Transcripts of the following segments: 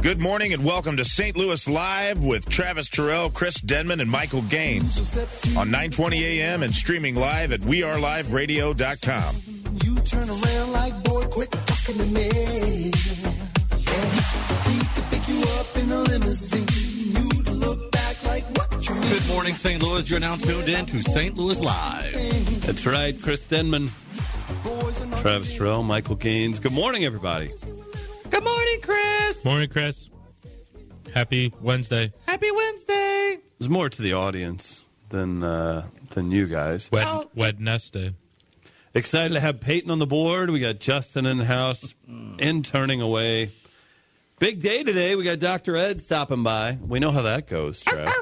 Good morning and welcome to St. Louis Live with Travis Terrell, Chris Denman, and Michael Gaines on 920 AM and streaming live at weareliveradio.com. You turn around like, boy, quit talking to me. Yeah. He could pick you up in a limousine. You'd look back like, what you Good morning, St. Louis. You're now tuned in to St. Louis Live. That's right, Chris Denman, boys are not Travis Terrell, Michael Gaines. Good morning, everybody. Good morning, Chris. Morning, Chris. Happy Wednesday. Happy Wednesday. There's more to the audience than uh, than you guys. Wed- Oh. Wednesday. Excited to have Peyton on the board. We got Justin in the house, interning away. Big day today. We got Dr. Ed stopping by. We know how that goes, Trev.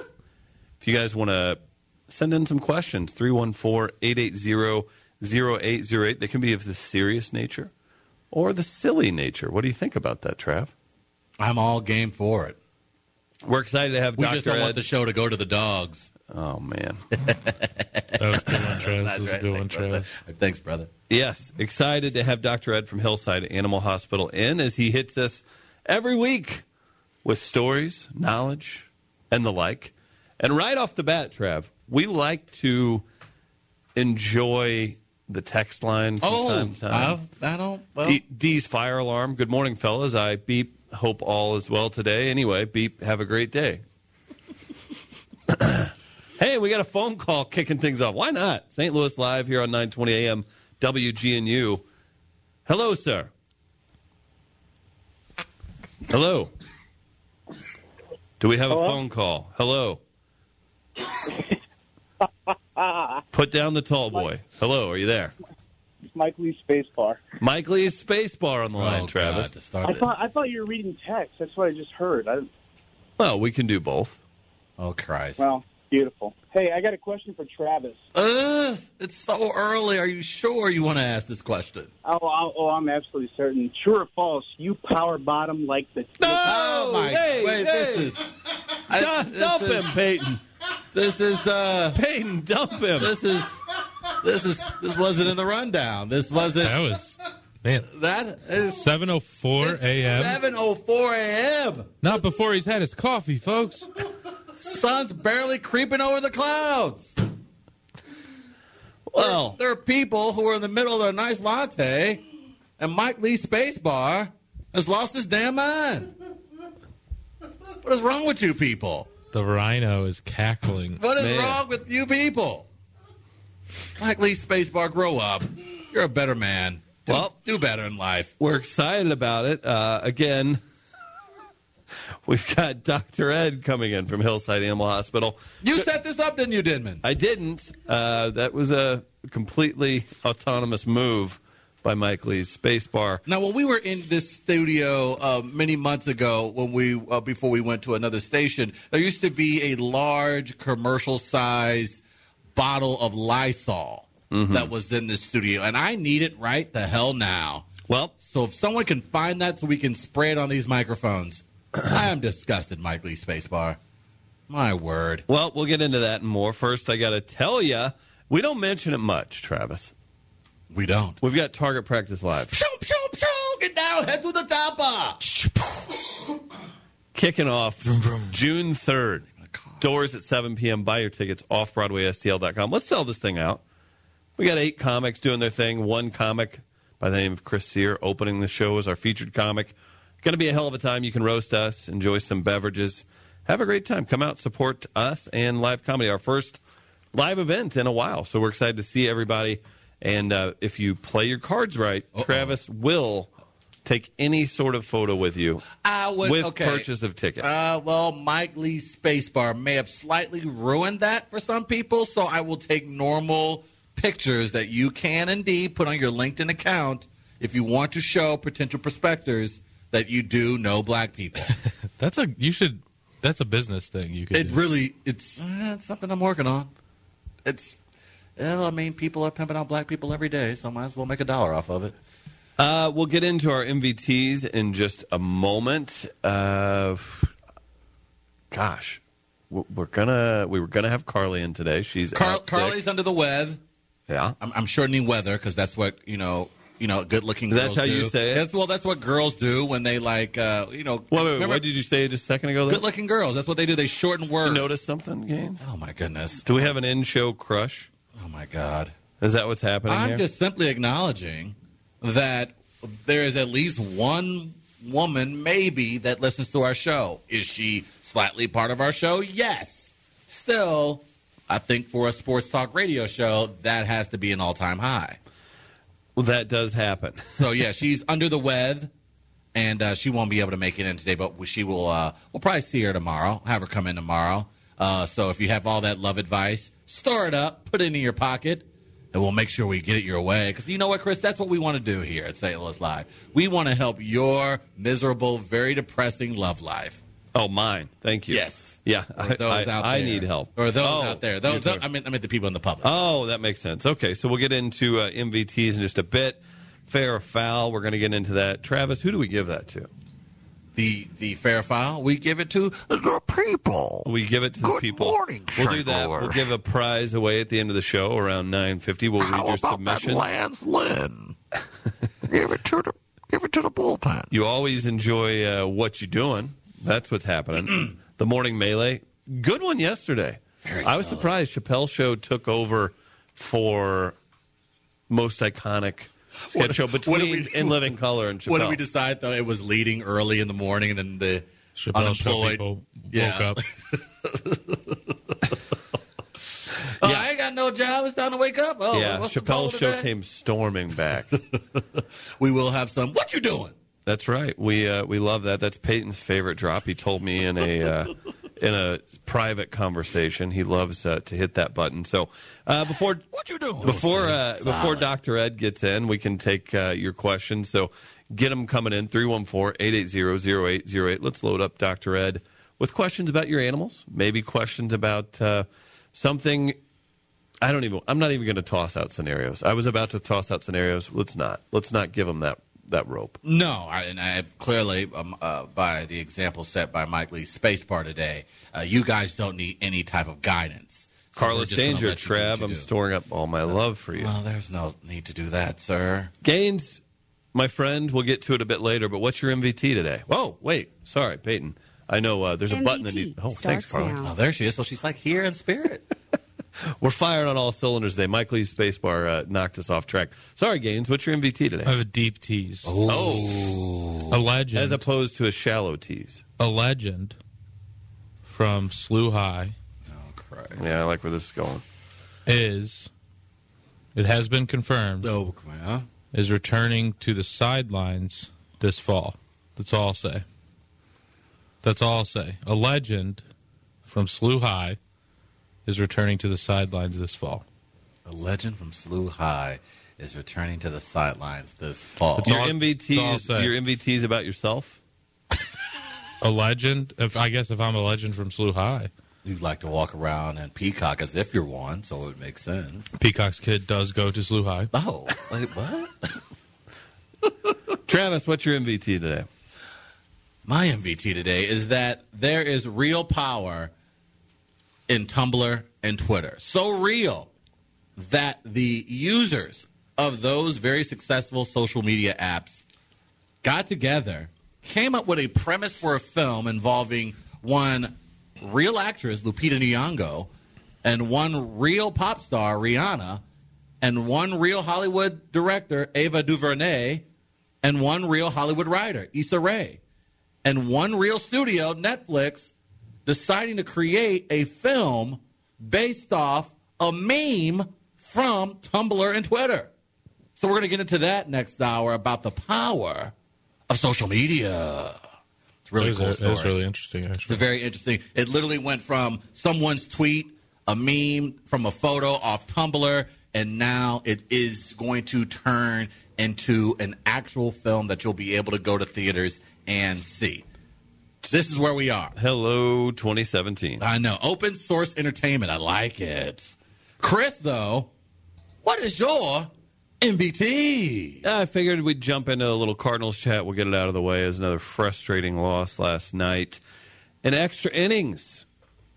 If you guys want to send in some questions, 314 880 0808. They can be of the serious nature or the silly nature. What do you think about that, Trav? I'm all game for it. We're excited to have We Dr. just don't Ed. want the show to go to the dogs. oh, man. That was a good one, Travis. That was a That's good right. one, Thanks, brother. Travis. Thanks, brother. Yes, excited to have Dr. Ed from Hillside Animal Hospital in as he hits us every week with stories, knowledge, and the like. And right off the bat, Trav, we like to enjoy the text line from time to time. Oh, I, I don't. Well, D- D's fire alarm. Good morning, fellas. I beep. Hope all is well today. Anyway, beep. Have a great day. hey, we got a phone call kicking things off. Why not? St. Louis live here on 9:20 a.m. WGNU. Hello, sir. Hello. Do we have a phone call? Hello. Put down the tall boy. Hello, are you there? Mike Lee's space bar. Mike Lee is spacebar on the oh, line, God, Travis. to start I it. thought I thought you were reading text. That's what I just heard. I, Well, we can do both. oh Christ! well, beautiful. Hey, I got a question for Travis. Ugh, it's so early. Are you sure you want to ask this question? Oh, oh, oh I'm absolutely certain. True or false? You power bottom like the Oh, my! hey, wait, this hey. is I- Dump, this dump is- him, Peyton. this is uh Peyton, dump him. this is this is this wasn't in the rundown. This wasn't That was, man, that is 7.04 a.m. seven oh four a.m. Not before he's had his coffee, folks. Sun's barely creeping over the clouds. Well, There are people who are in the middle of their nice latte, and Mike Lee Space Bar has lost his damn mind. What is wrong with you people? The rhino is cackling. What is Man. wrong with you people? Mike Lee Space Bar, grow up. You're a better man. Do- Well- do better in life. we're excited about it. Uh, again, we've got Dr. Ed coming in from Hillside Animal Hospital. You set this up, didn't you, Denman? I didn't. Uh, that was a completely autonomous move by Mike Lee's spacebar. Now, when we were in this studio uh, many months ago, when we uh, before we went to another station, there used to be a large commercial-sized bottle of Lysol Mm-hmm. that was in this studio, and I need it right the hell now. Well, So if someone can find that, so we can spray it on these microphones, I am disgusted, Mike Lee Spacebar. My word. Well, we'll get into that and more. First, I got to tell you, we don't mention it much, Travis. We don't. We've got Target Practice Live Pshoo, pshoo, pshoo, get down, head to the uh, tapa. kicking off June 3rd. Doors at 7 p.m. Buy your tickets off BroadwaySTL.com. Let's sell this thing out. We got eight comics doing their thing. One comic by the name of Chris Sear opening the show as our featured comic. Going to be a hell of a time. You can roast us, enjoy some beverages, have a great time. Come out, support us and live comedy. Our first live event in a while, so we're excited to see everybody. And uh, if you play your cards right, Travis will take any sort of photo with you I would- with okay. purchase of tickets. Uh, well, Mike Lee's spacebar may have slightly ruined that for some people, so I will take normal pictures that you can indeed put on your LinkedIn account if you want to show potential prospectors that you do know black people. That's a, you should, that's a business thing you could it do. really, it's, uh, it's something I'm working on. It's, well, I mean, people are pimping out black people every day, so I might as well make a dollar off of it. Uh, we'll get into our MVTs in just a moment. Uh, gosh, we're we're gonna we were gonna have Carly in today. She's Carl, out sick. Carly's under the web. yeah. I'm, I'm shortening weather because that's what you know you know good looking. That's how you say it? That's, well, that's what girls do when they like uh, you know. Wait, wait, wait, remember- what did you say just a second ago? There? good looking girls. That's what they do. They shorten You words. notice something, Gaines? oh my goodness. Do we have an in-show crush? Oh my god. Is that what's happening I'm here? just simply acknowledging that there is at least one woman, maybe, that listens to our show. Is she slightly part of our show? Yes. Still, I think for a sports talk radio show, that has to be an all time high. well, that does happen. So, yeah, she's under the web. And uh, she won't be able to make it in today, but she will. Uh, we'll probably see her tomorrow. Have her come in tomorrow. Uh, so if you have all that love advice, store it up, put it in your pocket, and we'll make sure we get it your way. Because you know what, Chris, that's what we want to do here at St. Louis Live. We want to help your miserable, very depressing love life. Oh, mine. Thank you. Yes. Yeah. Or those I, I- out there, I need help. Or those Oh, out there. you're Those. talking- I mean, I mean the people in the public. Oh, that makes sense. Okay, so we'll get into uh, MVTs in just a bit. Fair or foul, we're going to get into that. Travis, who do we give that to? the the fair file. We give it to The people. We give it to the Good people. morning, we'll do that. Trevor. We'll give a prize away at the end of the show around 9.50. We'll read How your about submission. that Lance Lynn? give it to the give it to the bullpen. You always enjoy uh, what you're doing. That's what's happening. the morning melee, good one yesterday. Very I was solid. surprised Chappelle Show took over for most iconic sketch show what do we between do? In Living Color and Chappelle. what did we decide though? It was leading early in the morning, and then the Chappelle show unemployed. people Yeah. woke up. Oh, I ain't got no job. It's time to wake up. Oh, yeah, what's the Chappelle poll Show today? came storming back. We will have some. What you doing? That's right. We uh, we love that. That's Peyton's favorite drop. He told me in a uh, in a private conversation. He loves uh, to hit that button. So uh, before What you doing? before uh, before Dr. Ed gets in, we can take uh, your questions. So get them coming in 314-880-0808. Let's load up Dr. Ed with questions about your animals, maybe questions about uh, something I don't even I'm not even going to toss out scenarios. I was about to toss out scenarios. Let's not. Let's not give them that that rope. No, I, and I clearly um, uh, by the example set by Mike Lee's space bar today. Uh, you guys don't need any type of guidance. So we're Carlos just gonna Danger, let you do what Trav, you I'm do. storing up all my love for you. Well, there's no need to do that, sir. Gaines, my friend, we'll get to it a bit later, but what's your MVT today? Oh, wait. Sorry, Peyton. I know uh, there's a button that MVT you. Oh, thanks, starts Carly. now. Oh, there she is. So she's like here in spirit. We're firing on all cylinders today. Mike Lee's spacebar uh, knocked us off track. Sorry, Gaines. What's your MVT today? I have a deep tease. Oh, A legend. As opposed to a shallow tease. a legend from Slew High Oh, Christ. Yeah, I like where this is going. is it has been confirmed Oh, man. is returning to the sidelines this fall. That's all I'll say. That's all I'll say. A legend from Slew High is returning to the sidelines this fall. A legend from Slough High is returning to the sidelines this fall. That's Your all- MVT that's all I'll is say. your MVT is about yourself. A legend? If I guess if I'm a legend from Slew High, You'd like to walk around and peacock as if you're one, so it makes sense. Peacock's kid does go to Slew High. Oh, wait, what? Travis, what's your MVT today? My MVT today is that there is real power in Tumblr and Twitter. So real that the users of those very successful social media apps got together, came up with a premise for a film involving one real actress, Lupita Nyong'o, and one real pop star, Rihanna, and one real Hollywood director, Ava DuVernay, and one real Hollywood writer, Issa Rae, and one real studio, Netflix, deciding to create a film based off a meme from Tumblr and Twitter. So we're going to get into that next hour about the power of social media. It's a really That was- cool that story. was really interesting. It's a Actually, very interesting. It literally went from someone's tweet, a meme from a photo off Tumblr, and now it is going to turn into an actual film that you'll be able to go to theaters and see. This is where we are. Hello, 2017. I know. Open source entertainment. I like it. Chris, though, what is your MVT? Yeah, I figured we'd jump into a little Cardinals chat. We'll get it out of the way as another frustrating loss last night. In extra Oh, innings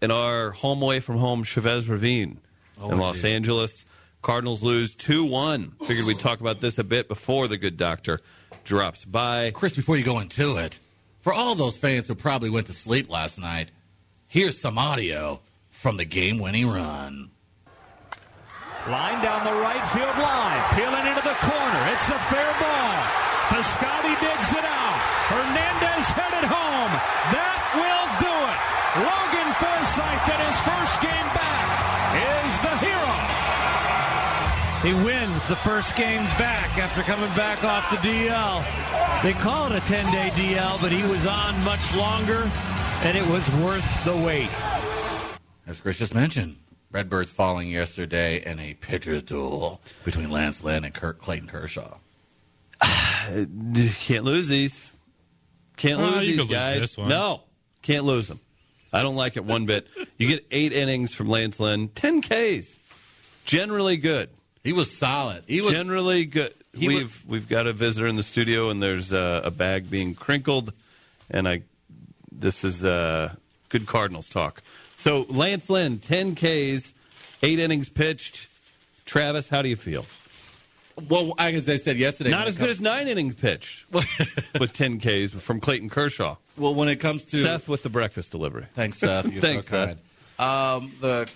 in our home away from home Chavez Ravine in Los Angeles. Cardinals lose 2 1. Figured we'd talk about this a bit before the good doctor drops by. Chris, before you go into it, for all those fans who probably went to sleep last night, here's some audio from the game winning run. Line down the right field line. Peeling into the corner. It's a fair ball. Piscotti digs it out. Hernandez headed home. That will do it. Logan Forsythe in his first game back is the hero. He wins the first game back after coming back off the DL. They call it a 10 day DL, but he was on much longer, and it was worth the wait. As Chris just mentioned, Redbirds falling yesterday in a pitcher's duel between Lance Lynn and Kirk Clayton Kershaw. Can't lose these. Can't Well, lose you these could lose guys. this one. No, can't lose them. I don't like it one bit. You get eight innings from Lance Lynn, 10 Ks. Generally good. He was solid. He was generally good. he was- We've we've got a visitor in the studio, and there's uh, a bag being crinkled, and I. This is uh, good Cardinals talk. So Lance Lynn, ten Ks, eight innings pitched. Travis, how do you feel? well. I guess I said yesterday. Not when as it good comes- as nine innings pitched with ten Ks from Clayton Kershaw. well when it comes to Seth with the breakfast delivery. Thanks, Seth. You're Thanks, uh, so kind. Um, the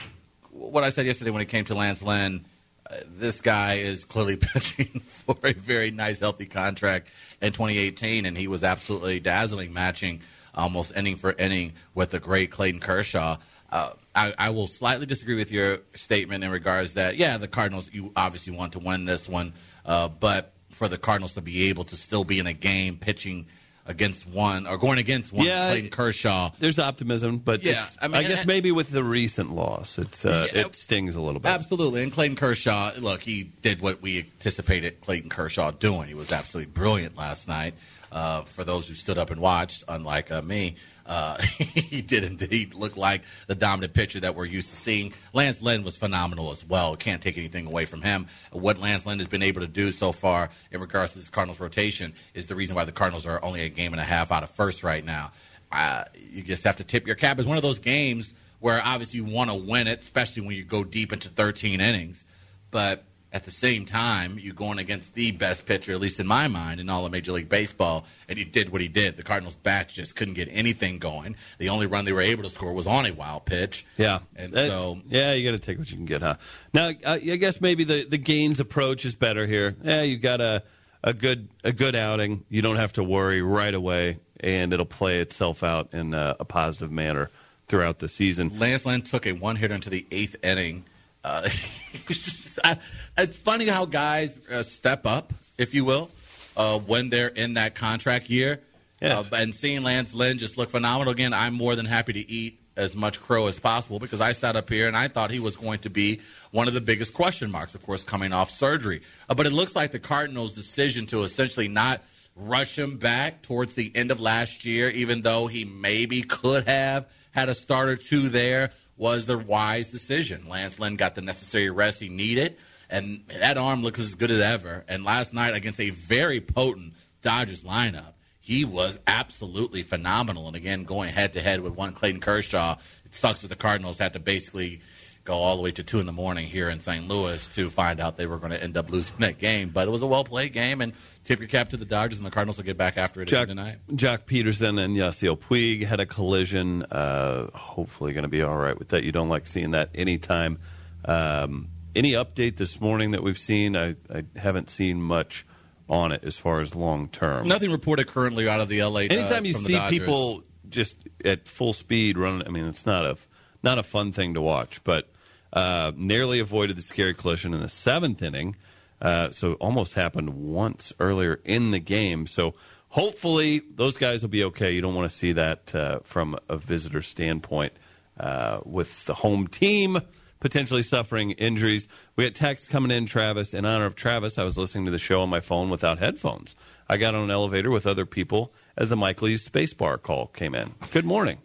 what I said yesterday when it came to Lance Lynn, uh, this guy is clearly pitching for a very nice, healthy contract in 2018, and he was absolutely dazzling, matching almost inning for inning with the great Clayton Kershaw. Uh, I, I will slightly disagree with your statement in regards that yeah, the Cardinals you obviously want to win this one, uh, but for the Cardinals to be able to still be in a game pitching against one or going against one Yeah, Clayton Kershaw There's optimism, but Yeah, it's- I, I mean, guess and- maybe with the recent loss, it's uh, Yeah. it stings a little bit. Absolutely. And Clayton Kershaw, look, he did what we anticipated Clayton Kershaw doing. He was absolutely brilliant last night. Uh, for those who stood up and watched, unlike uh, me, uh, he did indeed look like the dominant pitcher that we're used to seeing. Lance Lynn was phenomenal as well. Can't take anything away from him. What Lance Lynn has been able to do so far in regards to this Cardinals rotation is the reason why the Cardinals are only a game and a half out of first right now uh, you just have to tip your cap. It's one of those games where obviously you want to win it, especially when you go deep into 13 innings. But at the same time, you're going against the best pitcher, at least in my mind, in all of Major League Baseball, and he did what he did. The Cardinals' bats just couldn't get anything going. The only run they were able to score was on a wild pitch. Yeah, and That- so yeah, you got to take what you can get, huh? Now, I, I guess maybe the the gains approach is better here. Yeah, you got a a good a good outing. You don't have to worry right away, and it'll play itself out in a, a positive manner throughout the season. Lance Lynn took a one hitter into the eighth inning. Uh, it's, just- I- it's funny how guys uh, step up, if you will, uh, when they're in that contract year. Yes. Uh, and seeing Lance Lynn just look phenomenal again, I'm more than happy to eat as much crow as possible because I sat up here and I thought he was going to be one of the biggest question marks, of course, coming off surgery. Uh, but it looks like the Cardinals' decision to essentially not rush him back towards the end of last year, even though he maybe could have had a start or two there, was the wise decision. Lance Lynn got the necessary rest he needed, and that arm looks as good as ever. And last night against a very potent Dodgers lineup, he was absolutely phenomenal. And again, going head to head with one Clayton Kershaw, it sucks that the Cardinals had to basically go all the way to two in the morning here in St. Louis to find out they were going to end up losing that game. But it was a well played game, and tip your cap to the Dodgers, and the Cardinals will get back after it again Jock, tonight. Jock Peterson and Yasiel Puig had a collision. Uh, hopefully, going to be all right with that. You don't like seeing that anytime. Um, any update this morning that we've seen? I, I haven't seen much on it as far as long term. Nothing reported currently out of the LA. Anytime uh, you from the see Dodgers. people just at full speed running, I mean, it's not a not a fun thing to watch. But uh, nearly avoided the scary collision in the seventh inning, uh, so it almost happened once earlier in the game. So hopefully those guys will be okay. You don't want to see that uh, from a visitor standpoint uh, with the home team. Potentially suffering injuries. We had text coming in, Travis. In honor of Travis, I was listening to the show on my phone without headphones. I got on an elevator with other people as the Mike Lee's spacebar call came in. Good morning.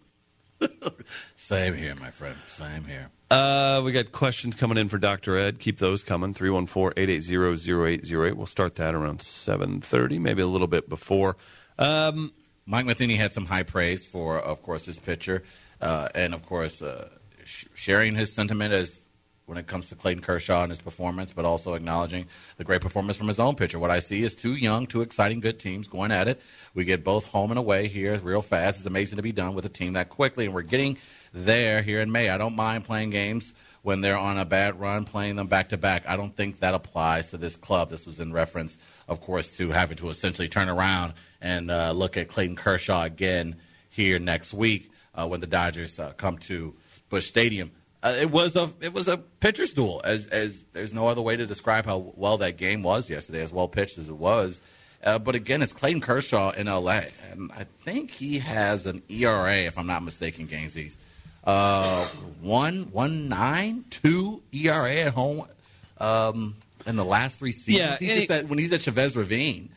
Same here, my friend. Same here. Uh, we got questions coming in for Dr. Ed. Keep those coming. 314-880-0808. We'll start that around 7.30, maybe a little bit before. Uh, Mike Matheny had some high praise for, of course, his pitcher, uh, and of course, uh, sh- sharing his sentiment as when it comes to Clayton Kershaw and his performance, but also acknowledging the great performance from his own pitcher. What I see is two young, two exciting, good teams going at it. We get both home and away here real fast. It's amazing to be done with a team that quickly, and we're getting there here in May. I don't mind playing games when they're on a bad run, playing them back to back. I don't think that applies to this club. This was in reference, of course, to having to essentially turn around and uh, look at Clayton Kershaw again here next week uh, when the Dodgers uh, come to Bush Stadium. Uh, it was a it was a pitcher's duel. As as there's no other way to describe how well that game was yesterday, as well pitched as it was. Uh, but again, it's Clayton Kershaw in L.A. and I think he has an ERA, if I'm not mistaken, Gainsies. Uh, one one nine two ERA at home um, in the last three seasons. Yeah, He's and just he- that- when he's at Chavez Ravine,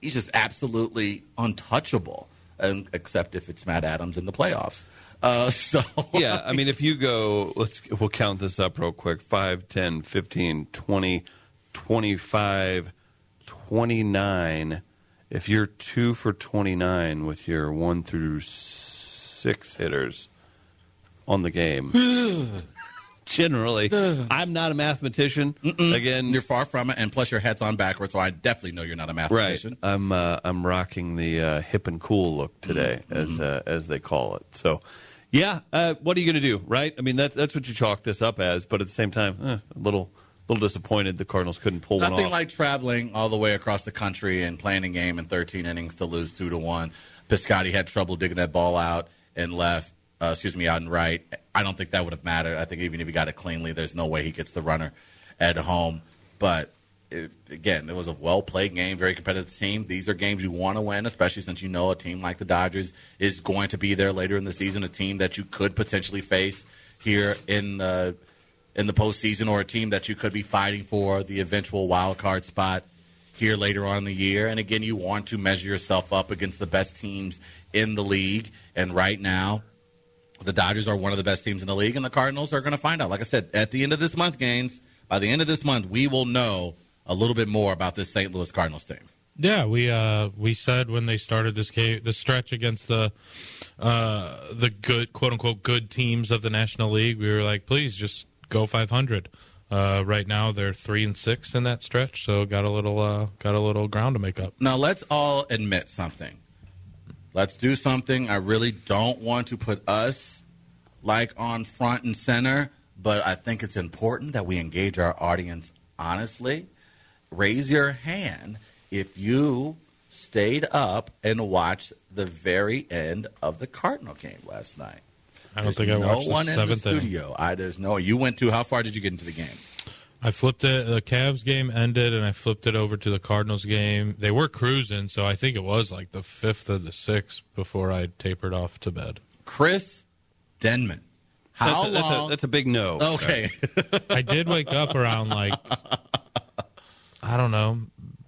he's just absolutely untouchable, um, except if it's Matt Adams in the playoffs. Uh, so yeah, I mean, if you go, let's we'll count this up real quick 5, 10, 15, 20, 25, 29. If you're two for 29 with your one through six hitters on the game, generally, I'm not a mathematician. Again, You're far from it, and plus your hat's on backwards, so I definitely know you're not a Right. mathematician. I'm uh, I'm rocking the uh, hip and cool look today, Mm-hmm. as uh, as they call it. So, yeah. Uh, what are you going to do, right? I mean, that, that's what you chalk this up as. But at the same time, eh, a little little disappointed the Cardinals couldn't pull one Nothing off. like traveling all the way across the country and playing a game in 13 innings to lose two to one. Piscotty had trouble digging that ball out and left. Uh, excuse me, out and right. I don't think that would have mattered. I think even if he got it cleanly, there's no way he gets the runner at home. But it, again, it was a well played game, very competitive team. These are games you want to win, especially since you know a team like the Dodgers is going to be there later in the season, a team that you could potentially face here in the in the postseason or a team that you could be fighting for the eventual wild card spot here later on in the year. And again, you want to measure yourself up against the best teams in the league. And right now, the Dodgers are one of the best teams in the league, and the Cardinals are going to find out. Like I said, at the end of this month, Gaines, by the end of this month, we will know a little bit more about this St. Louis Cardinals team. Yeah, we uh, we said when they started this game, the stretch against the uh, the good quote unquote good teams of the National League, we were like, please just go 500. Uh, right now they're three and six in that stretch, so got a little uh, got a little ground to make up. Now, let's all admit something. Let's do something. I really don't want to put us like on front and center, but I think it's important that we engage our audience honestly. Raise your hand if you stayed up and watched the very end of the Cardinal game last night. I don't There's think I no watched one the in the seventh inning. studio. I there's no. You went to how far did you get into the game? I flipped it. The Cavs game ended, and I flipped it over to the Cardinals game. They were cruising, so I think it was like the fifth or the sixth before I tapered off to bed. Chris Denman. How that's, a, that's, a, long? Oh, that's a big no. okay. I did wake up around like I don't know,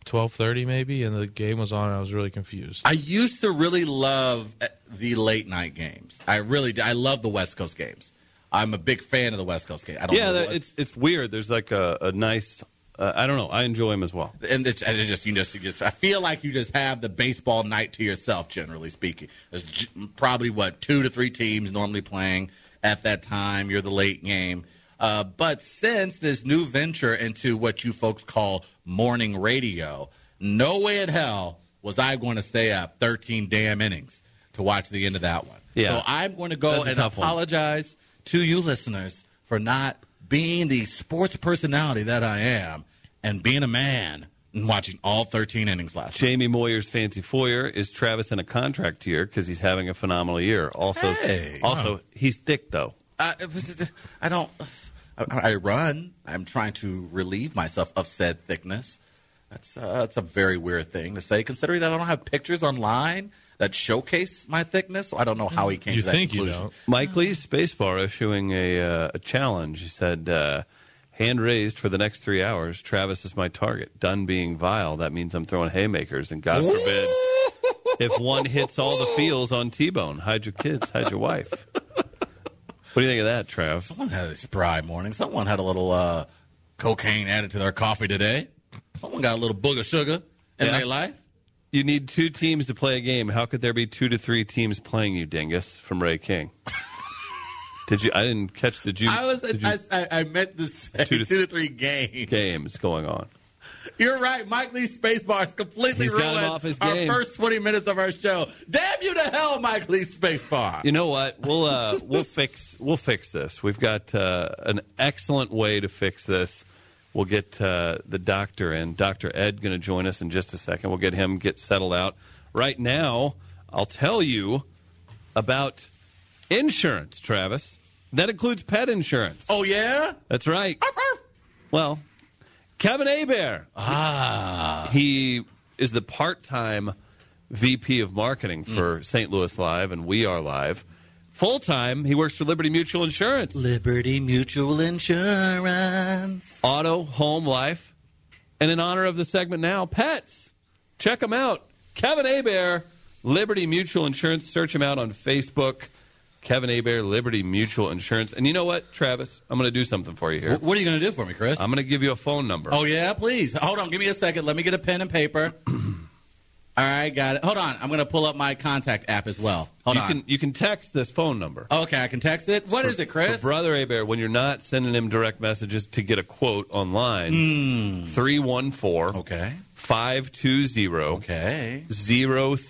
twelve thirty maybe, and the game was on. And I was really confused. I used to really love uh, the late night games. I really did. I love the West Coast games. I'm a big fan of the West Coast games. I don't Yeah, know that, what- it's it's weird. There's like a, a nice. Uh, I don't know. I enjoy him as well. and it's, and it just you just you just I feel like you just have the baseball night to yourself. Generally speaking, there's j- probably what two to three teams normally playing at that time. You're the late game, uh, but since this new venture into what you folks call morning radio, no way in hell was I going to stay up 13 damn innings to watch the end of that one. Yeah. so I'm going to go That's a and tough one. apologize to you listeners for not being the sports personality that I am and being a man and watching all 13 innings last year. Jamie Moyer's fancy foyer is Travis in a contract year because he's having a phenomenal year. Also, Hey. also he's thick though. I, Uh, it was- I don't. I, I run. I'm trying to relieve myself of said thickness. That's uh, that's a very weird thing to say, considering that I don't have pictures online that showcase my thickness. So I don't know how he came you to that think you conclusion. don't? Mike Lee's Spacebar issuing a, uh, a challenge. He said, uh, hand raised for the next three hours. Travis is my target. Done being vile, that means I'm throwing haymakers. And God forbid if one hits all the fields on T-Bone. Hide your kids. Hide your wife. What do you think of that, Trav? Someone had a spry morning. Someone had a little uh, cocaine added to their coffee today. Someone got a little boog of sugar in Yeah. their life. You need two teams to play a game. How could there be two to three teams playing you, dingus? From Ray King. Did you? I didn't catch. Did you? I was. did you- I, I, I meant to say Two two to to, three games. games going on. You're right. Mike Lee's spacebar is completely He's got him ruined off his our game. first 20 minutes of our show. Damn you to hell, Mike Lee's spacebar. You know what? We'll uh, we'll fix we'll fix this. We've got uh, an excellent way to fix this. We'll get uh, the doctor and Doctor Ed going to join us in just a second. We'll get him get settled out. Right now, I'll tell you about insurance, Travis. That includes pet insurance. Oh yeah. That's right. Well, Kevin Abear. Ah. He is the part time VP of marketing for St. Louis Live and We Are Live. Full time, he works for Liberty Mutual Insurance. Liberty Mutual Insurance. Auto, home, life. And in honor of the segment now, pets. Check him out. Kevin Abear, Liberty Mutual Insurance. Search him out on Facebook. Kevin Abear, Liberty Mutual Insurance. And you know what, Travis? I'm going to do something for you here. What are you going to do for me, Chris? I'm going to give you a phone number. oh yeah, please. Hold on. Give me a second. Let me get a pen and paper. All right, got it. Hold on. I'm going to pull up my contact app as well. Hold you on. can you can text this phone number. okay, I can text it. What is it, Chris? For Brother Abear, when you're not sending him direct messages to get a quote Hmm. online, 314 okay. 520 Okay.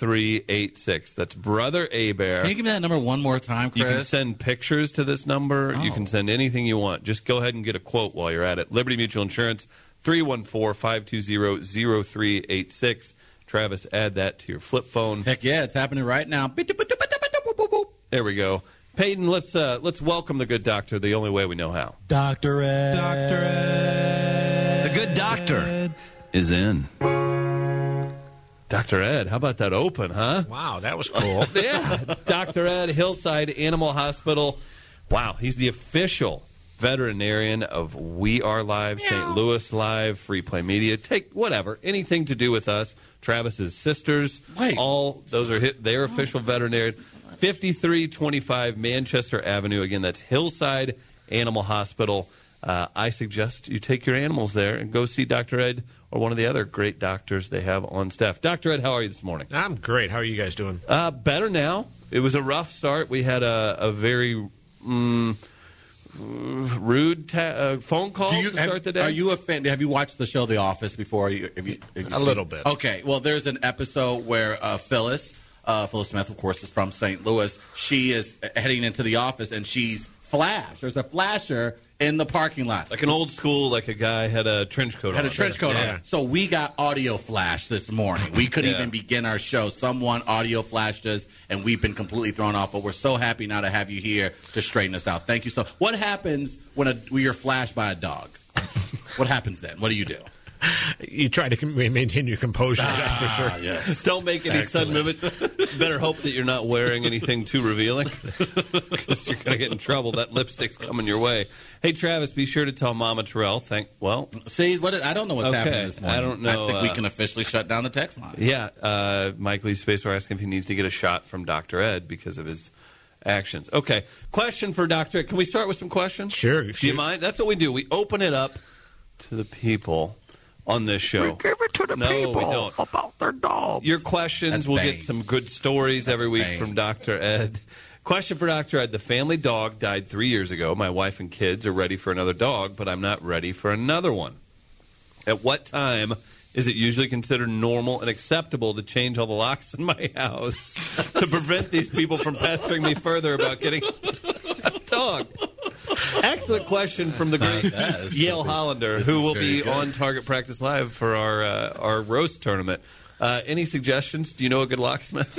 0386. That's Brother Can Abear. you give me that number one more time, You can Chris? Oh. send pictures to this number. You can send anything you want. Just go ahead and get a quote while you're at it. Liberty Mutual Insurance, 314 520 0386. Travis, add that to your flip phone. Heck yeah, it's happening right now. Beep, doop, doop, doop, doop, doop, doop, doop. There we go. Peyton, let's uh, let's welcome the good doctor the only way we know how. Doctor Ed. The good doctor is in. Dr. Ed, how about that open, huh? Wow, that was cool. Yeah. Dr. Ed, Hillside Animal Hospital. Wow, he's the official veterinarian of We Are Live, St. Louis Live, Free Play Media. Take whatever, anything to do with us. Travis's sisters, Wait. all those are hit, their official veterinarian. 5325 Manchester Avenue. Again, that's Hillside Animal Hospital. Uh, I suggest you take your animals there and go see Dr. Ed or one of the other great doctors they have on staff. Dr. Ed, how are you this morning? I'm great. How are you guys doing? Uh, better now. It was a rough start. We had a, a very mm, rude ta- uh, phone call Do you to have, start the day. Are you a fan? Have you watched the show The Office before? You, have you, have you A little bit. Okay. Well, there's an episode where uh, Phyllis, uh, Phyllis Smith, of course, is from St. Louis. She is heading into the office and she's flashed. There's a flasher in the parking lot. like an old school, like a guy had a trench coat had on. a trench coat Yeah. on. So we got audio flash this morning. We couldn't Yeah. even begin our show. Someone audio flashed us, and we've been completely thrown off. But we're so happy now to have you here to straighten us out. Thank you so. What happens when, a, when you're flashed by a dog? what happens then? What do you do? You try to com- maintain your composure. that's for sure. Ah, yes. Don't make any sudden movement. Better hope that you're not wearing anything too revealing because you're going to get in trouble. That lipstick's coming your way. Hey, Travis, be sure to tell Mama Terrell. Thank, well, See, what is, I don't know what's Okay, happening this morning. I don't know, I think we uh, can officially shut down the text line. Yeah, uh, Mike Lee Space were asking if he needs to get a shot from Dr. Ed because of his actions. Okay, question for Dr. Ed. Can we start with some questions? Sure, Do you sure. mind? That's what we do. We open it up to the people on this We show. give it to the No, we people don't. about their dogs. Your questions, That's we'll Bane. get some good stories every week Bane. from Dr. Ed. Question for Dr. Ed. The family dog died three years ago. My wife and kids are ready for another dog, but I'm not ready for another one. At what time is it usually considered normal and acceptable to change all the locks in my house to prevent these people from pestering me further about getting a dog? Excellent question from the great that is Yale Hollander, who is will very be good. on Target Practice Live for our uh, our roast tournament. Uh, any suggestions? Do you know a good locksmith?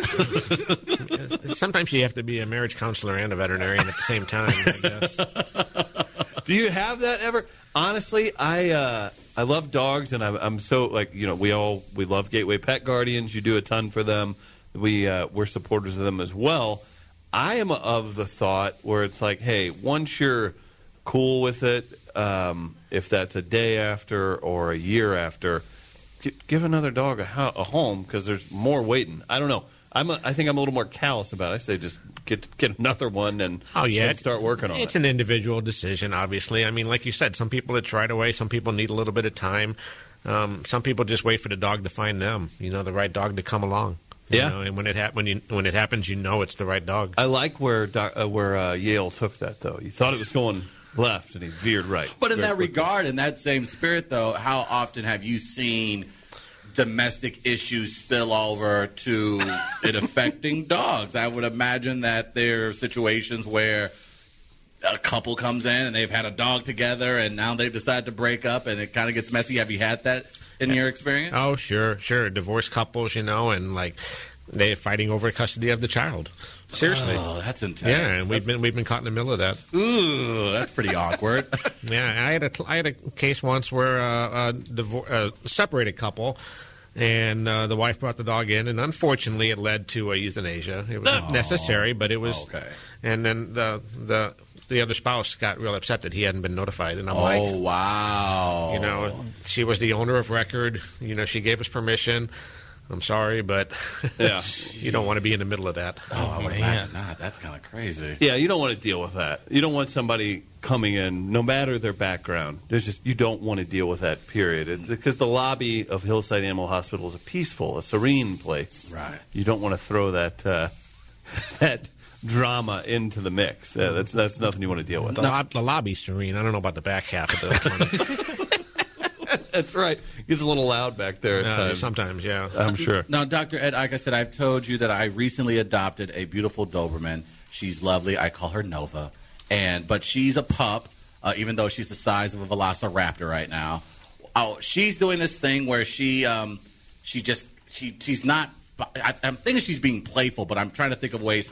Sometimes you have to be a marriage counselor and a veterinarian at the same time. I guess. Do you have that ever? Honestly, I uh, I love dogs, and I'm, I'm so like you know we all we love Gateway Pet Guardians. You do a ton for them. We uh, we're supporters of them as well. I am of the thought where it's like, hey, once you're cool with it, um, if that's a day after or a year after, gi- give another dog a, ho- a home because there's more waiting. I don't know. I'm a, I think I'm a little more callous about. it. I say just get get another one and Oh yeah, and start working on it. It's an individual decision, obviously. I mean, like you said, some people it's right away. Some people need a little bit of time. Um, some people just wait for the dog to find them. You know, the right dog to come along. Yeah. You know, and when it hap- when you when it happens, you know it's the right dog. I like where Doc- uh, where uh, Yale took that though. You thought it was going left, and he veered right. But in Very that quickly. regard, in that same spirit, though, how often have you seen domestic issues spill over to it affecting dogs? I would imagine that there are situations where a couple comes in and they've had a dog together and now they've decided to break up and it kind of gets messy. Have you had that in your experience? Oh, sure, sure. Divorced couples, you know, and like they're fighting over custody of the child. Seriously. Oh, that's intense. yeah, and we've been we've been caught in the middle of that. Ooh, that's pretty awkward. Yeah, and I had a cl- I had a case once where uh, a, divor- a separated couple, and uh, the wife brought the dog in, and unfortunately, it led to a euthanasia. It was not necessary, but it was. Okay. And then the the the other spouse got real upset that he hadn't been notified, and I'm oh, like, wow. you know, she was the owner of record. You know, she gave us permission. I'm sorry, but Yeah. you don't want to be in the middle of that. Oh, I would imagine not. That's kind of crazy. Yeah, you don't want to deal with that. You don't want somebody coming in, no matter their background. There's just you don't want to deal with that. Period. Because the lobby of Hillside Animal Hospital is a peaceful, a serene place. Right. You don't want to throw that uh, that drama into the mix. Uh, that's that's nothing you want to deal with. The, lob- the lobby's serene. I don't know about the back half of the. That's right. It's a little loud back there at Uh, times. sometimes, yeah. I'm sure. Now, Dr. Ed, like I said, I've told you that I recently adopted a beautiful Doberman. She's lovely. I call her Nova. And but she's a pup, uh, even though she's the size of a velociraptor right now. Oh, she's doing this thing where she um, she just she she's not. I, I'm thinking she's being playful, but I'm trying to think of ways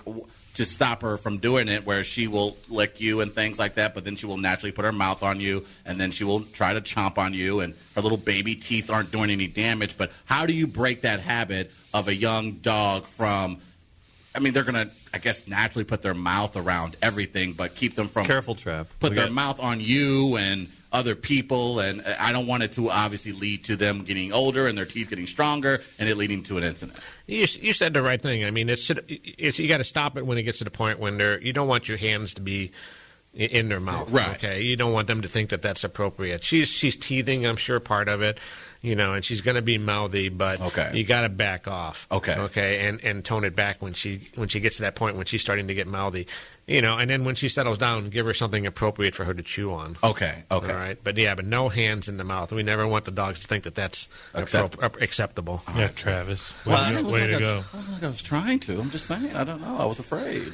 to stop her from doing it, where she will lick you and things like that. But then she will naturally put her mouth on you, and then she will try to chomp on you. And her little baby teeth aren't doing any damage. But how do you break that habit of a young dog from? I mean, they're gonna, I guess, naturally put their mouth around everything, but keep them from Careful, Trav. put We their got- mouth on you and other people and uh, i don't want it to obviously lead to them getting older and their teeth getting stronger and it leading to an incident You, you said the right thing. I mean, it's, it's you got to stop it when it gets to the point when they're you don't want your hands to be i- in their mouth. Right. Okay. You don't want them to think that that's appropriate. She's she's teething. I'm sure part of it, you know, and she's going to be mouthy, but Okay. you got to back off. Okay. Okay. And and tone it back when she when she gets to that point when she's starting to get mouthy, you know, and then when she settles down, give her something appropriate for her to chew on. okay okay All right. But yeah, but no hands in the mouth. We never want the dogs to think that that's Accept- appro- acceptable. Yeah, Travis. Way, Well, I to, wasn't way like to I- go. I wasn't like I was trying to. I'm just saying. I don't know. I was afraid.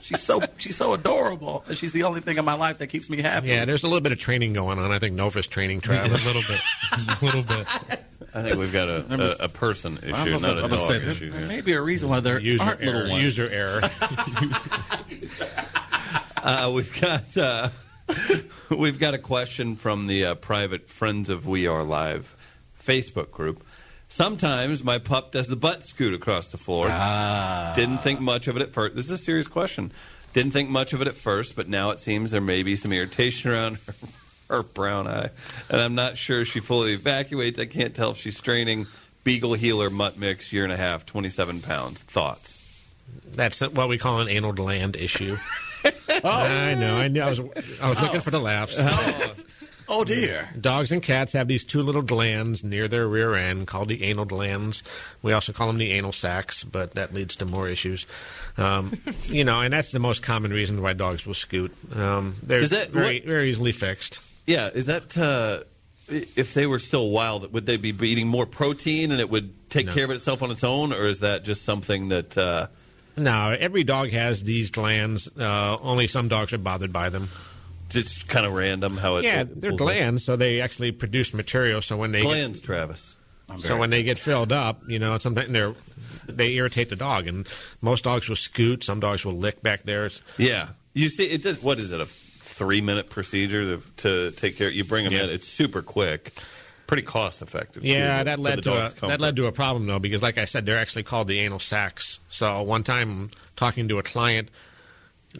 she's so she's so adorable. and She's the only thing in my life that keeps me happy. Yeah, there's a little bit of training going on. I think Nova's training A Travis. little bit. A little bit. I think we've got a, a, a person issue, I was not gonna, a I was dog gonna say, there's- issue. there here. may be a reason why there user aren't error. little ones. User error. Uh, we've got uh, we've got a question from the uh, private Friends of We Are Live Facebook group. Sometimes my pup does the butt scoot across the floor. Ah. Didn't think much of it at first. This is a serious question. Didn't think much of it at first, but now it seems there may be some irritation around her, her brown eye, and I'm not sure she fully evacuates. I can't tell if she's straining. Beagle healer mutt mix, year and a half, 27 pounds. Thoughts? That's what we call an anal gland issue. I know. I knew. I was, I was looking for the laughs. Oh dear. Dogs and cats have these two little glands near their rear end called the anal glands. We also call them the anal sacs, but that leads to more issues. Um, you know, and that's the most common reason why dogs will scoot. Um, they're Does that- very, what- very easily fixed. Yeah, is that uh, i- if they were still wild, would they be eating more protein and it would take No. care of itself on its own, or is that just something that? Uh, No, every dog has these glands. Uh, only some dogs are bothered by them. just kind of random how it Yeah, it they're pulls up? glands, so they actually produce material. So when they glands travis get, so when they get filled up, you know, sometimes they're they irritate the dog, and most dogs will scoot. Some dogs will lick back theirs. yeah you see it does what is it a three minute procedure to, to take care you bring them Yeah. in it's super quick pretty cost effective Yeah, too, that for led the to a dog's comfort. that led to a problem though, because like I said, they're actually called the anal sacs. So one time, talking to a client,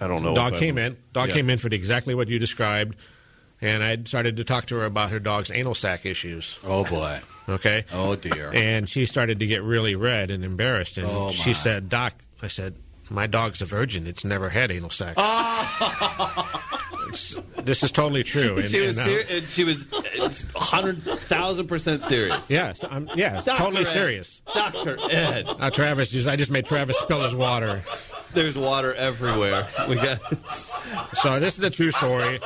i don't know dog if I- came in. Oh, Dog Yeah. came in for exactly what you described, and I started to talk to her about her dog's anal sac issues. Oh boy. Okay. Oh dear. And she started to get really red and embarrassed. And Oh, my. she said, Doc, I said, my dog's a virgin. It's never had anal sex. this is totally true. And- Oh. she was and, uh, ser- and she was hundred thousand percent serious. Yes, I'm, yeah, Dr. totally Ed. serious. Doctor Ed, Uh, Travis, just, I just made Travis spill his water. there's water everywhere. We got So this is the true story.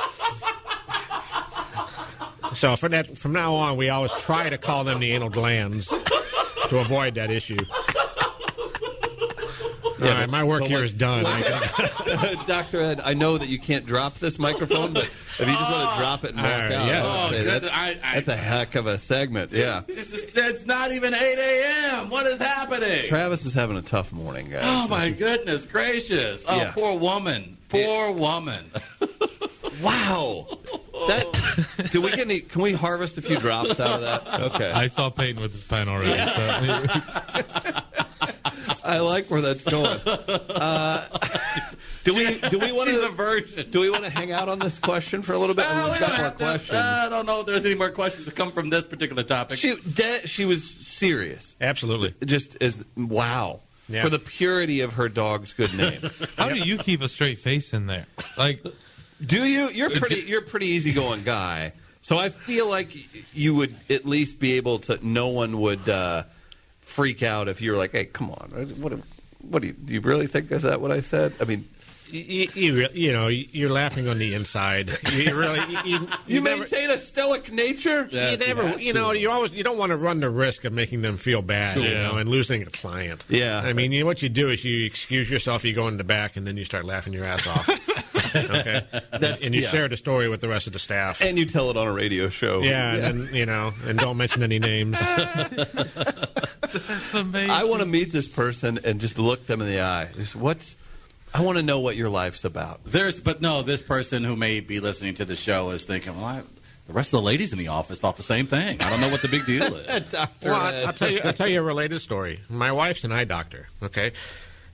So from that, from now on, we always try to call them the anal glands to avoid that issue. All right, my work here is done. I can- Doctor Ed. I know that you can't drop this microphone, but if you just want to drop it and walk All right, out, yeah. I would say Oh, that's, I- I- that's a heck of a segment. Yeah, It's, just, it's not even 8 a.m. What is happening? Travis is having a tough morning, guys. Oh my goodness gracious! Oh, Yeah. poor woman. Poor woman. wow. That, do we get any, can we harvest a few drops out of that? Okay, I saw Peyton with his pen already. So I like where that's going. Uh, do we do we want She's a to virgin. do we want to hang out on this question for a little bit? Uh, We've we got don't more have to- questions. I don't know if there's any more questions that come from this particular topic. she de- she was serious. Absolutely. Just as wow Yeah. for the purity of her dog's good name. how do you keep a straight face in there? Like, do you? You're pretty. You're a pretty easygoing guy. So I feel like you would at least be able to. No one would uh, freak out if you were like, "Hey, come on, what? What do you, do you really think is that what I said?" I mean, You, you, re- you know, you- you're laughing on the inside. You really, you, you, you, never- maintain a stoic nature. you never, you, know, you always, you don't want to run the risk of making them feel bad, you know, and losing a client. Yeah. I mean, you, what you do is you excuse yourself, you go in the back, and then you start laughing your ass off. okay, and you yeah. share the story with the rest of the staff. and you tell it on a radio show. yeah, and then, you know, and don't mention any names. that's amazing. I want to meet this person and just look them in the eye. Just what's? I want to know what your life's about. There's, but no, this person who may be listening to the show is thinking, well, I, the rest of the ladies in the office thought the same thing. I don't know what the big deal is. Well, I, I'll tell you. I'll tell you a related story. My wife's an eye doctor. Okay,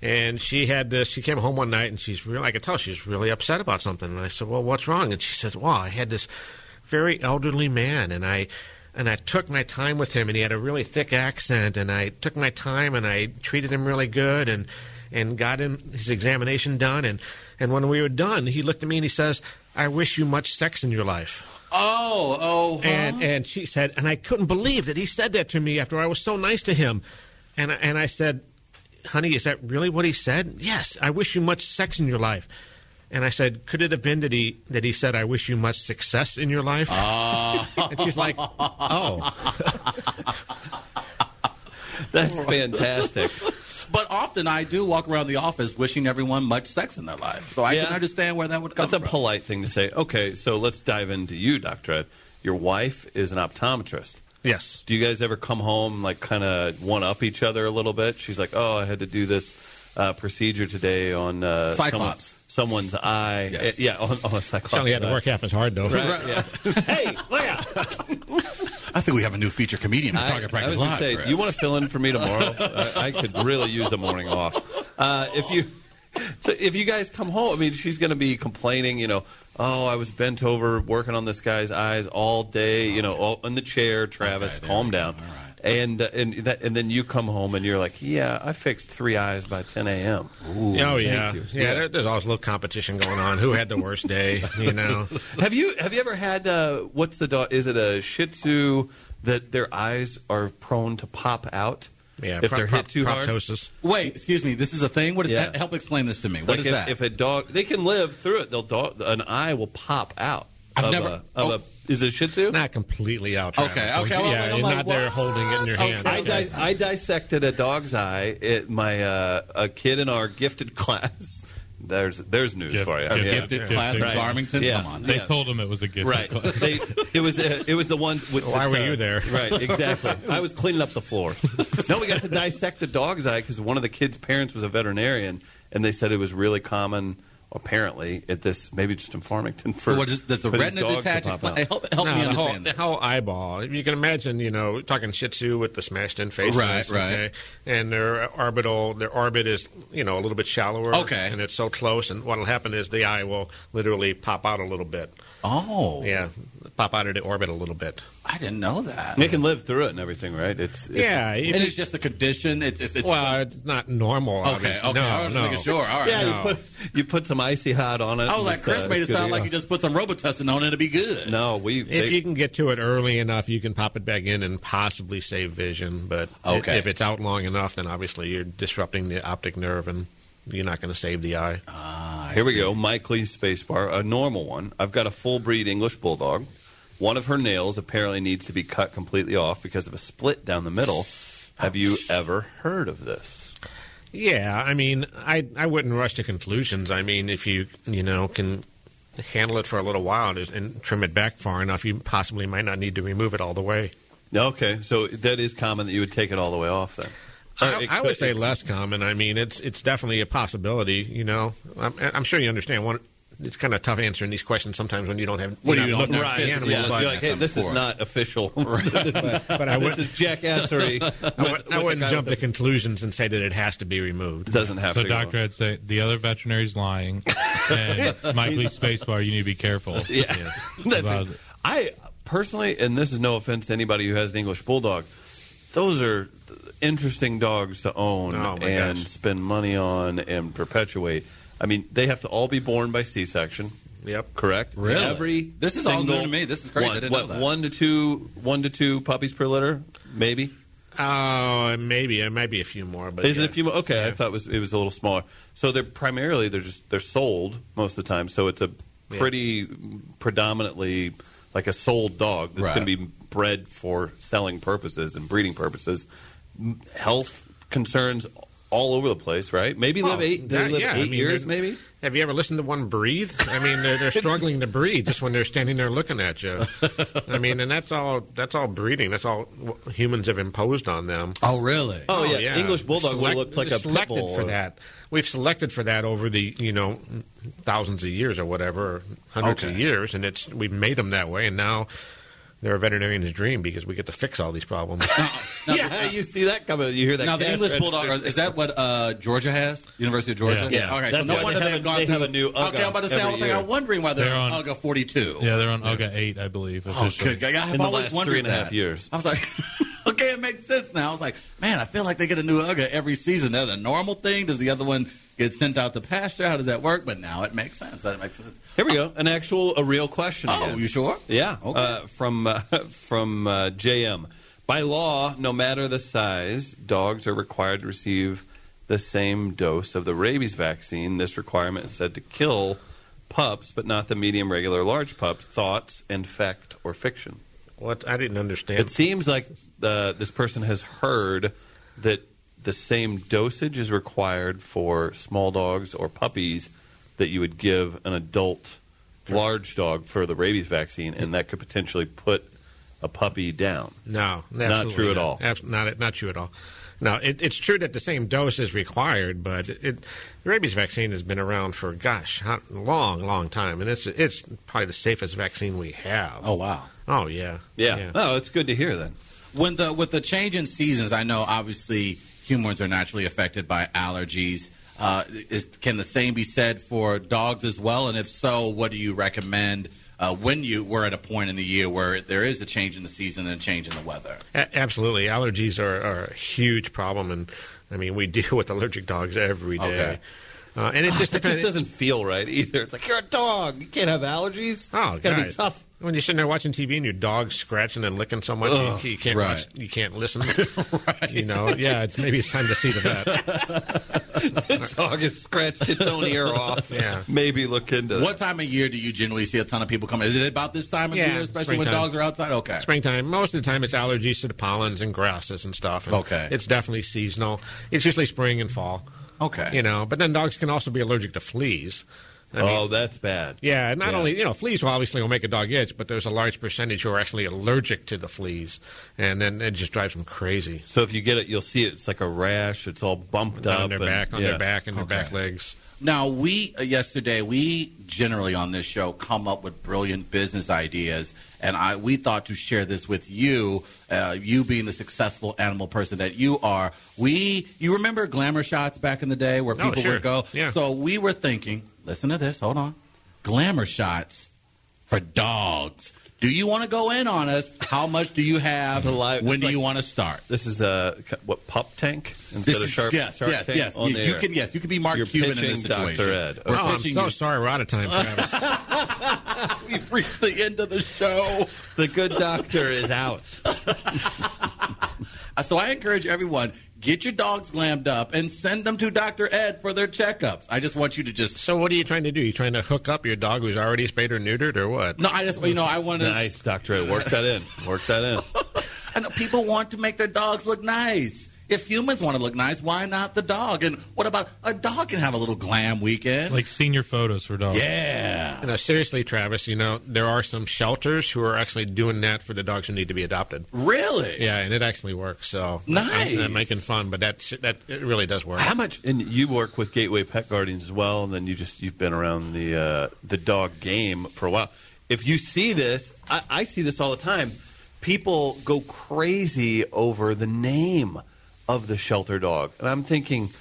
and she had this. She came home one night and she's real. I could tell she's really upset about something. And I said, "Well, what's wrong?" And she said, "Well, I had this very elderly man, and I." And I took my time with him, and he had a really thick accent. And I took my time, and I treated him really good, and and got him his examination done. And and when we were done, he looked at me and he says, "I wish you much sex in your life." Oh, oh, huh? and and she said, and I couldn't believe that he said that to me after I was so nice to him, and I- and I said, honey, is that really what he said? Yes, I wish you much sex in your life, and I said, could it have been that he that he said I wish you much success in your life? and she's like, oh, That's fantastic. but often I do walk around the office wishing everyone much sex in their life, so I Yeah. can understand where that would come That's a from. polite thing to say. Okay, so let's dive into you, Doctor Ed. Your wife is an optometrist. yes. Do you guys ever come home like kind of one up each other a little bit? She's like, "Oh, I had to do this uh, procedure today on uh, Cyclops. someone- someone's eye." Yes. Eh, yeah, on, on a cyclops. She only had to eye. work half as hard though. Right, yeah. hey, look out! I think we have a new feature comedian on I- Target I Practice was gonna Live. say, Chris. do you want to fill in for me tomorrow? I, I could really use a morning off. Uh, if you, so if you guys come home, I mean, she's going to be complaining. You know, oh, I was bent over working on this guy's eyes all day. You know, all, in the chair. Travis, Okay, there calm we go. down. All right. And uh, and that and then you come home and you're like, yeah, I fixed three eyes by 10 a.m. Oh yeah, you. yeah. there- there's always a little competition going on. Who had the worst day? You know. Have you have you ever had uh, what's the dog? Is it a Shih Tzu that their eyes are prone to pop out? Yeah, if prop- they're hit prop- too hard. proptosis. Wait, excuse me. This is a thing. What is Yeah. that? Help explain this to me. What Like is if, that? if a dog, they can live through it. They'll dog, an eye will pop out. I've of never- A, of a, is it a Shih Tzu? Not completely out. Okay, Travis. okay, well, yeah, I'm you're like, not there holding it in your what? hand. I, Okay. di- I dissected a dog's eye. It, my uh, a kid in our gifted class. There's there's news Gift- for you. gift- Yeah. Gifted class Right. in Farmington. Yeah. Come on. they yeah. told him it was a gift. Right. They, it was the, it was the one. With, Why with, were you there? Right. Exactly. I was cleaning up the floor. No, we got to dissect the dog's eye because one of the kids' parents was a veterinarian, and they said it was really common. Apparently, at this maybe just in Farmington for what is does the for these retina dogs to detach? pop Explain- out. Help, help No, me the whole, understand. the this. whole eyeball. You can imagine, you know, talking Shih Tzu with the smashed-in faces, Right, right. okay? And their orbital, their orbit is, you know, a little bit shallower. Okay. and it's so close, and what'll happen is the eye will literally pop out a little bit. Oh, Yeah, pop out of the orbit a little bit. I didn't know that. They can live through it and everything, right? It's, it's Yeah, if and you- it's just the condition. It's, it's, it's well, it's not normal. okay, obviously. okay. no, I was no. making sure. All right. Yeah, No. you put you put some icy hot on it. I was like, It's, Chris uh, made it it's good sound to like go. you just put some Robitussin on it. It'd be good. No, we. If they- you can get to it early enough, you can pop it back in and possibly save vision. But i- Okay. if it's out long enough, then obviously you're disrupting the optic nerve and you're not going to save the eye. Here we go. Mike Lee's space bar, a normal one. I've got a full breed English bulldog. One of her nails apparently needs to be cut completely off because of a split down the middle. Have you ever heard of this? Yeah, I mean, I I wouldn't rush to conclusions. I mean, if you you know can handle it for a little while and, and trim it back far enough, you possibly might not need to remove it all the way. Okay, so that is common that you would take it all the way off then. Or I, it I could- would say Uh, it's- less common. I mean, it's it's definitely a possibility. You know, I'm, I'm sure you understand. One, it's kind of tough answering these questions sometimes when you don't have. What you're do you look not looking at at the physically? animal, Yeah, but- you're like, hey, this is not official. this is, but I this wouldn't. is jackassery. I, would, I wouldn't jump to It conclusions and say that it has to be removed. doesn't have So to. go on. Dr. Ed said the other veterinary's lying, and Mike Lee's spacebar, you need to be careful. Yeah. That's About it. it. I personally, and this is no offense to anybody who has an English bulldog, those are th- interesting dogs to own Oh, my and gosh. spend money on and perpetuate. I mean, they have to all be born by C-section. Yep. Correct. Really? Every This is all new to single me. This is crazy. I One, didn't what, know that. One to two, one to two puppies per litter, maybe. Uh, maybe it might be a few more, but Is yeah. it a few? mo- Okay, I thought it was it was a little smaller. So they're primarily they're just they're sold most of the time. So it's a Yeah. pretty predominantly like a sold dog that's Right. going to be bred for selling purposes and breeding purposes. M- Health concerns all over the place, right? Maybe live Oh, eight. They that- live yeah, I eight mean, years, they're- maybe. Have you ever listened to one breathe? I mean, they're, they're struggling to breathe just when they're standing there looking at you. I mean, and that's all. That's all breeding. That's all wh- humans have imposed on them. Oh, really? Oh, yeah, English bulldog Select- will look like they're a pit selected bull for or- that. We've selected for that over the you know thousands of years or whatever, or hundreds of Okay. years, and it's we've made them that way, and now they're a veterinarian's dream because we get to fix all these problems. Now, yeah, you see that coming. You hear that? now the cash English register. bulldog is that what uh, Georgia has? University of Georgia. Yeah. Yeah. Okay. That's so no why wonder they have they've a- gone they have through- a new Okay, I'm about to Ugga say. I was every like, year. I'm wondering why they're, They're on on- UGA 42. Yeah, they're on UGA 8, I believe. Oh, officially. good. God. I've In the always last wondered three and a that. half years. I was like, okay, it makes sense now. I was like, man, I feel like they get a new UGA every season. That's a normal thing. Does the other one get sent out to pasture? How does that work? But now it makes sense. That makes sense. Here we go. An actual, a real question. Oh, again. you sure? Yeah. Okay. Uh, from uh, from uh, JM. By law, no matter the size, dogs are required to receive the same dose of the rabies vaccine. This requirement is said to kill pups, but not the medium, regular, large pup. Thoughts and fact or fiction? what I didn't understand. It seems like uh, this person has heard that the same dosage is required for small dogs or puppies that you would give an adult large dog for the rabies vaccine, and that could potentially put a puppy down. No, Not absolutely true at all. Abs- not not true at all. No, it, it's true that the same dose is required, but it, the rabies vaccine has been around for gosh, how, long, long time, and it's it's probably the safest vaccine we have. Oh, wow. oh yeah, Yeah. Oh, it's good to hear then. When the with the change in seasons, I know obviously humans are naturally affected by allergies. Uh, is, can the same be said for dogs as well? And if so, what do you recommend uh, when you were at a point in the year where there is a change in the season and a change in the weather? A- absolutely. Allergies are, are a huge problem, and I mean we deal with allergic dogs every day. Okay. Uh, and it just It depends. just doesn't feel right either. It's like you're a dog. You can't have allergies. Oh, You gotta be guys. tough. When you're sitting there watching TV and your dog's scratching and licking so much, Ugh, you, you can't right. lis- you can't listen. You know, yeah, it's maybe it's time to see the vet. The dog has scratched its own ear off. Yeah. Maybe look into that. What time of year do you generally see a ton of people coming? Is it about this time of Yeah, year, especially when springtime. dogs are outside? Okay. Springtime, most of the time, it's allergies to the pollens and grasses and stuff. And Okay. it's definitely seasonal. It's usually spring and fall. Okay. you know, but then dogs can also be allergic to fleas. I mean, oh, that's bad. Yeah, not Yeah. only you know fleas will obviously will make a dog itch, but there's a large percentage who are actually allergic to the fleas, and then it just drives them crazy. So if you get it, you'll see it. It's like a rash. It's all bumped up On their and- back, on yeah. their back, and Okay. their back legs. Now, we uh, yesterday we generally on this show come up with brilliant business ideas, and I we thought to share this with you. Uh, you being the successful animal person that you are, we you remember glamour shots back in the day where Oh, people sure. would go. Yeah. So we were thinking, listen to this. Hold on, glamour shots for dogs. Do you want to go in on us? How much do you have? when do you want to start? This is uh, what pup tank instead This of is- sharp. yes, Shark yes, Tank yes. on You- the you air. can- yes, you can be Mark You're Cuban in pitching this situation. Dr. Ed. We're oh, I'm pitching so you- sorry. We're out of time, Travis. We've reached the end of the show. The good doctor is out. Uh, So I encourage everyone get your dogs glammed up and send them to Dr. Ed for their checkups. I just want you to just so, what are you trying to do? You trying to hook up your dog who's already spayed or neutered, or what? No, I just you know I want to nice, Doctor Ed. Work that in. Work that in. I know people want to make their dogs look nice. If humans want to look nice, why not the dog? And what about a dog can have a little glam weekend? Like senior photos for dogs. yeah. You know, uh, seriously, Travis. You know, there are some shelters who are actually doing that for the dogs who need to be adopted. Really? Yeah, and it actually works. So Nice. I'm, I'm making fun, but that that it really does work. How much? And you work with Gateway Pet Guardians as well, and then you just you've been around the uh, the dog game for a while. If you see this, I, I see this all the time. People go crazy over the name of the shelter dog, and I'm thinking,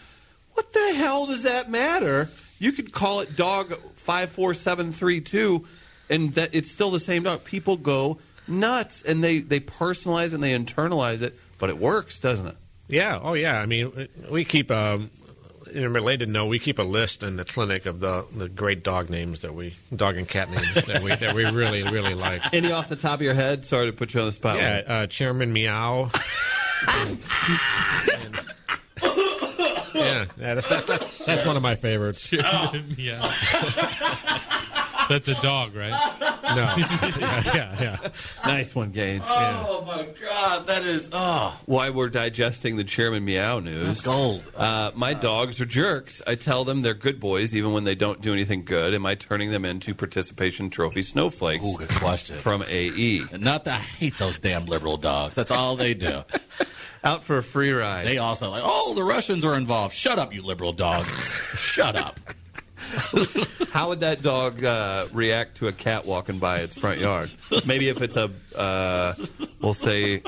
what the hell does that matter? You could call it dog five four seven three two, and that it's still the same dog. People go nuts, and they they personalize and they internalize it, but it works, doesn't it? Yeah. Oh, yeah. I mean, we keep um, in a related note, we keep a list in the clinic of the, the great dog names that we dog and cat names that we that we really really like. Any off the top of your head? Sorry to put you on the spot. Yeah, uh, Chairman Meow. yeah, yeah, that's, that's, that's, that's one of my favorites. No, Oh. yeah. That's a dog, right? Yeah, yeah. nice one, Gaines. Oh my God, that is oh Why we're digesting the Chairman Meow news? gold. Uh, my dogs are jerks. I tell them they're good boys even when they don't do anything good. Am I turning them into participation trophy snowflakes Ooh, good question. from E? AE? Not that I hate those damn liberal dogs. That's all they do. Out for a free ride. They also like, oh, the Russians are involved. Shut up, you liberal dogs. Shut up. How would that dog uh, react to a cat walking by its front yard? Maybe if it's a, uh, we'll say,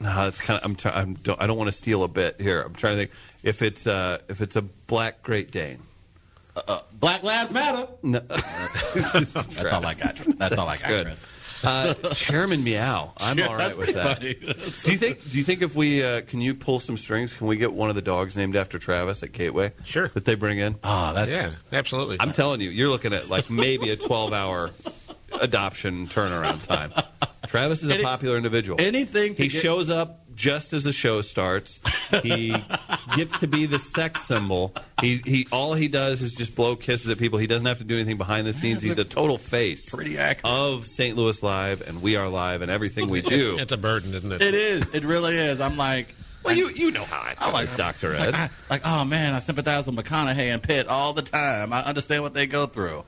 no, it's kind of. I'm. Try, I'm don't, I don't want to steal a bit here. I'm trying to think if it's uh, if it's a black Great Dane. Black Lives Matter. No. That's all I got. That's all I got, good. Chris. Uh, Chairman Meow. I'm all right That's with pretty that. funny. Do you think? Do you think if we uh, can you pull some strings? Can we get one of the dogs named after Travis at Gateway? Sure. That they bring in. Oh, that's yeah, absolutely. I'm telling you, you're looking at like maybe a 12 hour adoption turnaround time. Travis is a popular individual. anything to he get- shows up just as the show starts. He gets to be the sex symbol. He, he all he does is just blow kisses at people. He doesn't have to do anything behind the scenes. He's a total face pretty accurate. of St. Louis Live and We Are Live and everything we it's, do. it's a burden, isn't it? It is. It really is. I'm like, well, you you know how I like Doctor Ed. I- like, oh man, I sympathize with McConaughey and Pitt all the time. I understand what they go through.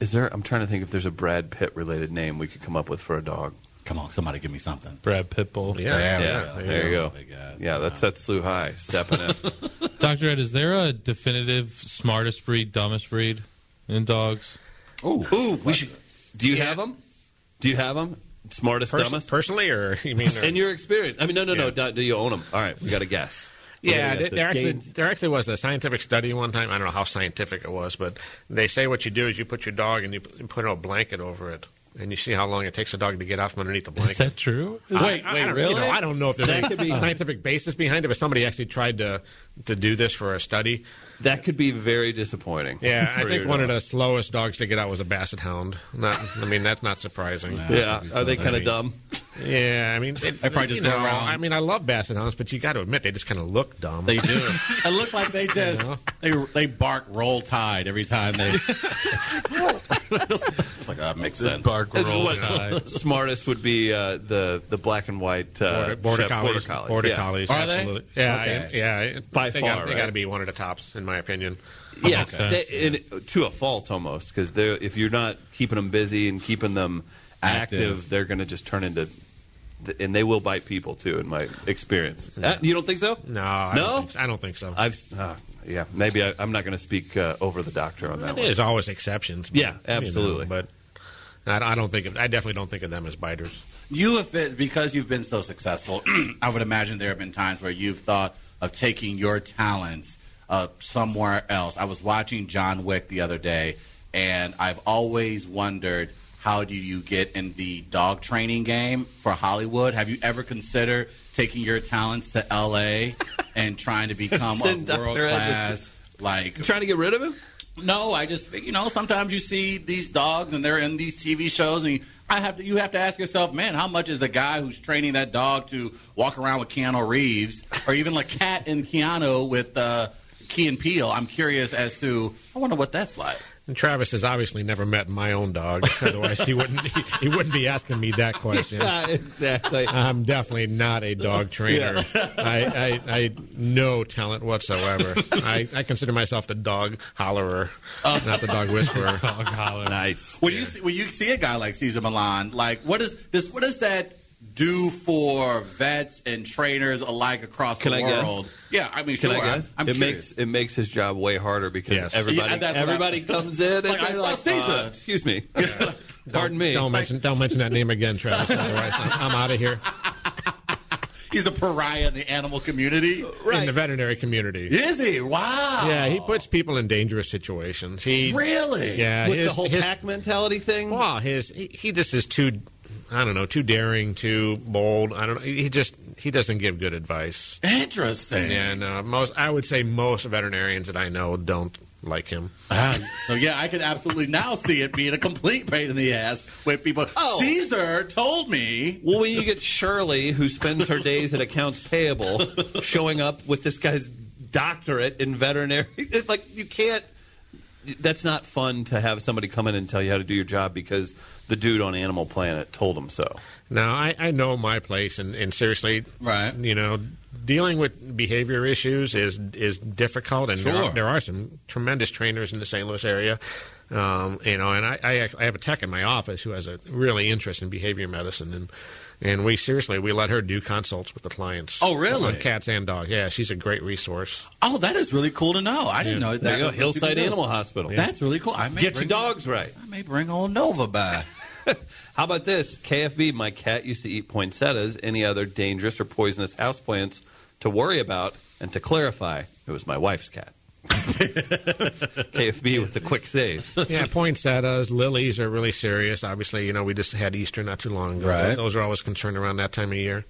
Is there? I'm trying to think if there's a Brad Pitt related name we could come up with for a dog. Come on, somebody give me something. Brad Pitbull. Yeah, yeah, Yeah, there you Oh, go. Yeah, that's that Slew High stepping in. Dr. Ed, is there a definitive smartest breed, dumbest breed in dogs? Ooh, Ooh, we should. Do you Yeah. have 'em? have them? Do you have them? Smartest, Pers- dumbest. personally, or you mean? or- In your experience, I mean, no, no, no. Yeah. Do, do you own them? All right, we got to guess. We Yeah, gotta there, guess there this. actually Gaines. there actually was a scientific study one time. I don't know how scientific it was, but they say what you do is you put your dog and you put, you put a blanket over it, and you see how long it takes a dog to get off from underneath the Is blanket. that true? I- I, I don't, you know, I don't know if there's That any could be- scientific basis behind it, but somebody actually tried to to do this for a study. that could be very disappointing. Yeah, I for think your one of dog. the slowest dogs to get out was a basset hound. Not, I mean, that's not surprising. Yeah, are they kind of I mean- dumb? Yeah, I mean, it, They probably you just go know, around. I mean, I love basset hounds, but you got to admit they just kind of look dumb. they do. it looks like they just they they bark roll tide every time they. it's like oh, that makes sense. Bark It's roll. what- smartest would be uh, the the black and white uh, Border, border Shep- collies, yeah. collies, Are they? absolutely. Yeah, Okay. I- yeah. I- By they far, got, right? they got to be one of the tops, in my opinion. Yeah, Makes sense, they- and to a fault almost because they're if you're not keeping them busy and keeping them active, Active. they're going to just turn into. th- And they will bite people too, in my experience. Uh, you don't think so? No, I no. don't think, so. I don't think so. I've uh, yeah, maybe I, I'm not going to speak uh, over the doctor on that one. There's always exceptions. Yeah, absolutely. You know, but I, I don't think of, I definitely don't think of them as biters. You have been because you've been so successful. I would imagine there have been times where you've thought of taking your talents uh, somewhere else. I was watching John Wick the other day, and I've always wondered how do you get in the dog training game for Hollywood? Have you ever considered taking your talents to L.A. and trying to become a Send Dr. world class? Like trying to get rid of him? No, I just you know sometimes you see these dogs and they're in these TV shows and. You, I have to, you have to ask yourself, man, how much is the guy who's training that dog to walk around with Keanu Reeves, or even like Cat and Keanu with uh, Key and Peele? I'm curious as to, I wonder what that's like. And Travis has obviously never met my own dog, otherwise he wouldn't he, he wouldn't be asking me that question. Yeah, exactly. I'm definitely not a dog trainer. Yeah. I, I, I no talent whatsoever. I, I consider myself the dog hollerer, Uh. not the dog whisperer. dog hollerer. Nice. When you see, when you see a guy like Cesar Milan, like what is this? What does that do for vets and trainers alike across Can the I guess? world? Yeah, I mean, Can sure. I guess? I'm, I'm it curious. makes it makes his job way harder because Yes. everybody Yeah, that's what everybody I- comes in and Like, I they're saw like, Caesar. uh, excuse me, pardon me. Don't mention don't mention that name again, Travis. Otherwise, I'm, I'm out of here he's a pariah in the animal community. in the veterinary community. Is he? Wow. Yeah, he puts people in dangerous situations. He Really? Yeah, With his- the whole his- pack mentality thing. Well, his he, he just is too, I don't know, too daring, too bold. I don't know. He just he doesn't give good advice, Interesting. and uh, most I would say most veterinarians that I know don't like him. Ah, so yeah, I can absolutely now see it being a complete pain in the ass with people. Oh. Caesar told me. Well, when you get Shirley, who spends her days at accounts payable, showing up with this guy's doctorate in veterinary, it's like you can't. That's not fun to have somebody come in and tell you how to do your job because the dude on Animal Planet told him so. Now I, I know my place, and, and seriously, Right. You know, dealing with behavior issues is is difficult, and there, Sure. are, there are some tremendous trainers in the St. Louis area. Um, you know, and I, I act- I have a tech in my office who has a really interest in behavior medicine, and and we seriously we let her do consults with the clients. Oh, really? On cats and dogs. Yeah, she's a great resource. Oh, that is really cool to know. I didn't know that. There you go, Uh, That's what you Hillside do. Animal Hospital. That's really cool. I may Get your bring- dogs right. I may bring old Nova by. How about this? KFB, my cat used to eat poinsettias, any other dangerous or poisonous houseplants to worry about. And to clarify, it was my wife's cat. KFB with the quick save. yeah, poinsettias, lilies are really serious. Obviously, you know, we just had Easter not too long ago. Right. Those are always concerned around that time of year.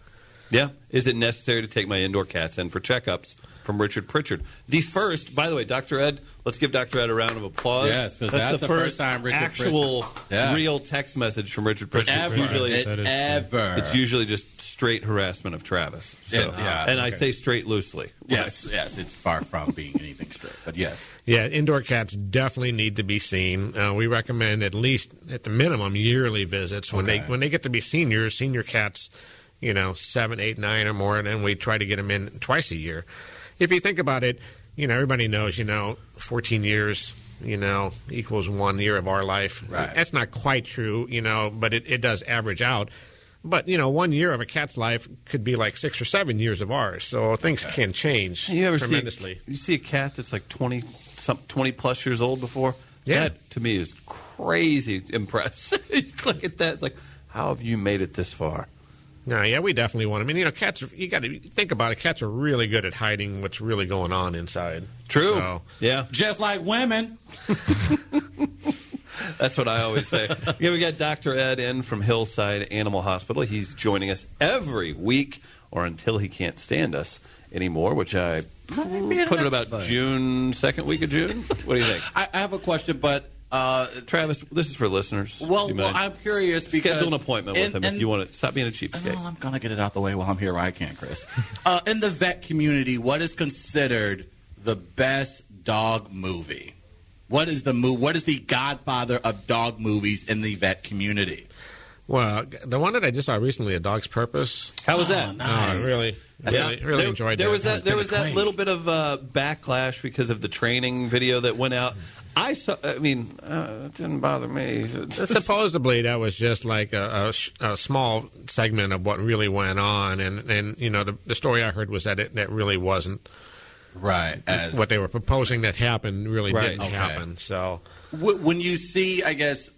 Yeah. Is it necessary to take my indoor cats in for checkups? From Richard Pritchard. The first, by the way, Dr. Ed, let's give Dr. Ed a round of applause. Yes, 'cause that's the first time Richard actual Yeah. real text message from Richard Pritchard. ever. Usually, It- That is- ever. it's usually just straight harassment of Travis. So, Yeah, yeah, and I okay. say straight loosely. yes, yes. It's far from being anything straight, but yes. Yeah, indoor cats definitely need to be seen. Uh, we recommend at least, at the minimum, yearly visits when Okay. they when they get to be seniors. Senior cats, you know, seven, eight, nine, or more, and then we try to get them in twice a year. If you think about it, you know, everybody knows, you know, fourteen years, you know, equals one year of our life. Right. That's not quite true, you know, but it, it does average out. But you know, one year of a cat's life could be like six or seven years of ours. So things can change You ever tremendously. See a, you see a cat that's like 20, some, 20 plus years old before? Yeah. That to me is crazy impressive. Look at that. It's like, how have you made it this far? No, yeah, we definitely want. 'em. I mean, you know, cats. Are, you got to think about it. Cats are really good at hiding what's really going on inside. So, Yeah. Just like women. That's what I always say. yeah, we got Dr. Ed in from Hillside Animal Hospital. He's joining us every week or until he can't stand us anymore, which I put it about June, second week of June. What do you think? I, I have a question, but uh, Travis, this is for listeners. well, You well, mind? I'm curious because Schedule an appointment with and- him and- if you want to. Stop being a cheapskate. Well, Oh, I'm gonna get it out the way while I'm here. Where I can, Chris. uh, in the vet community, what is considered the best dog movie? What is the mo- What is the Godfather of dog movies in the vet community? well, the one that I just saw recently, A Dog's Purpose. How was that? Oh, nice. Oh, really, really, really there, enjoyed there that. was that. There was that acclaimed. little bit of uh, backlash because of the training video that went out. I saw. I mean, uh, it didn't bother me. Supposedly, that was just like a, a, sh- a small segment of what really went on, and and you know, the, the story I heard was that it that really wasn't Right. As what they were proposing that happened. Really Right. didn't Okay. happen. So. Wh- when you see, I guess,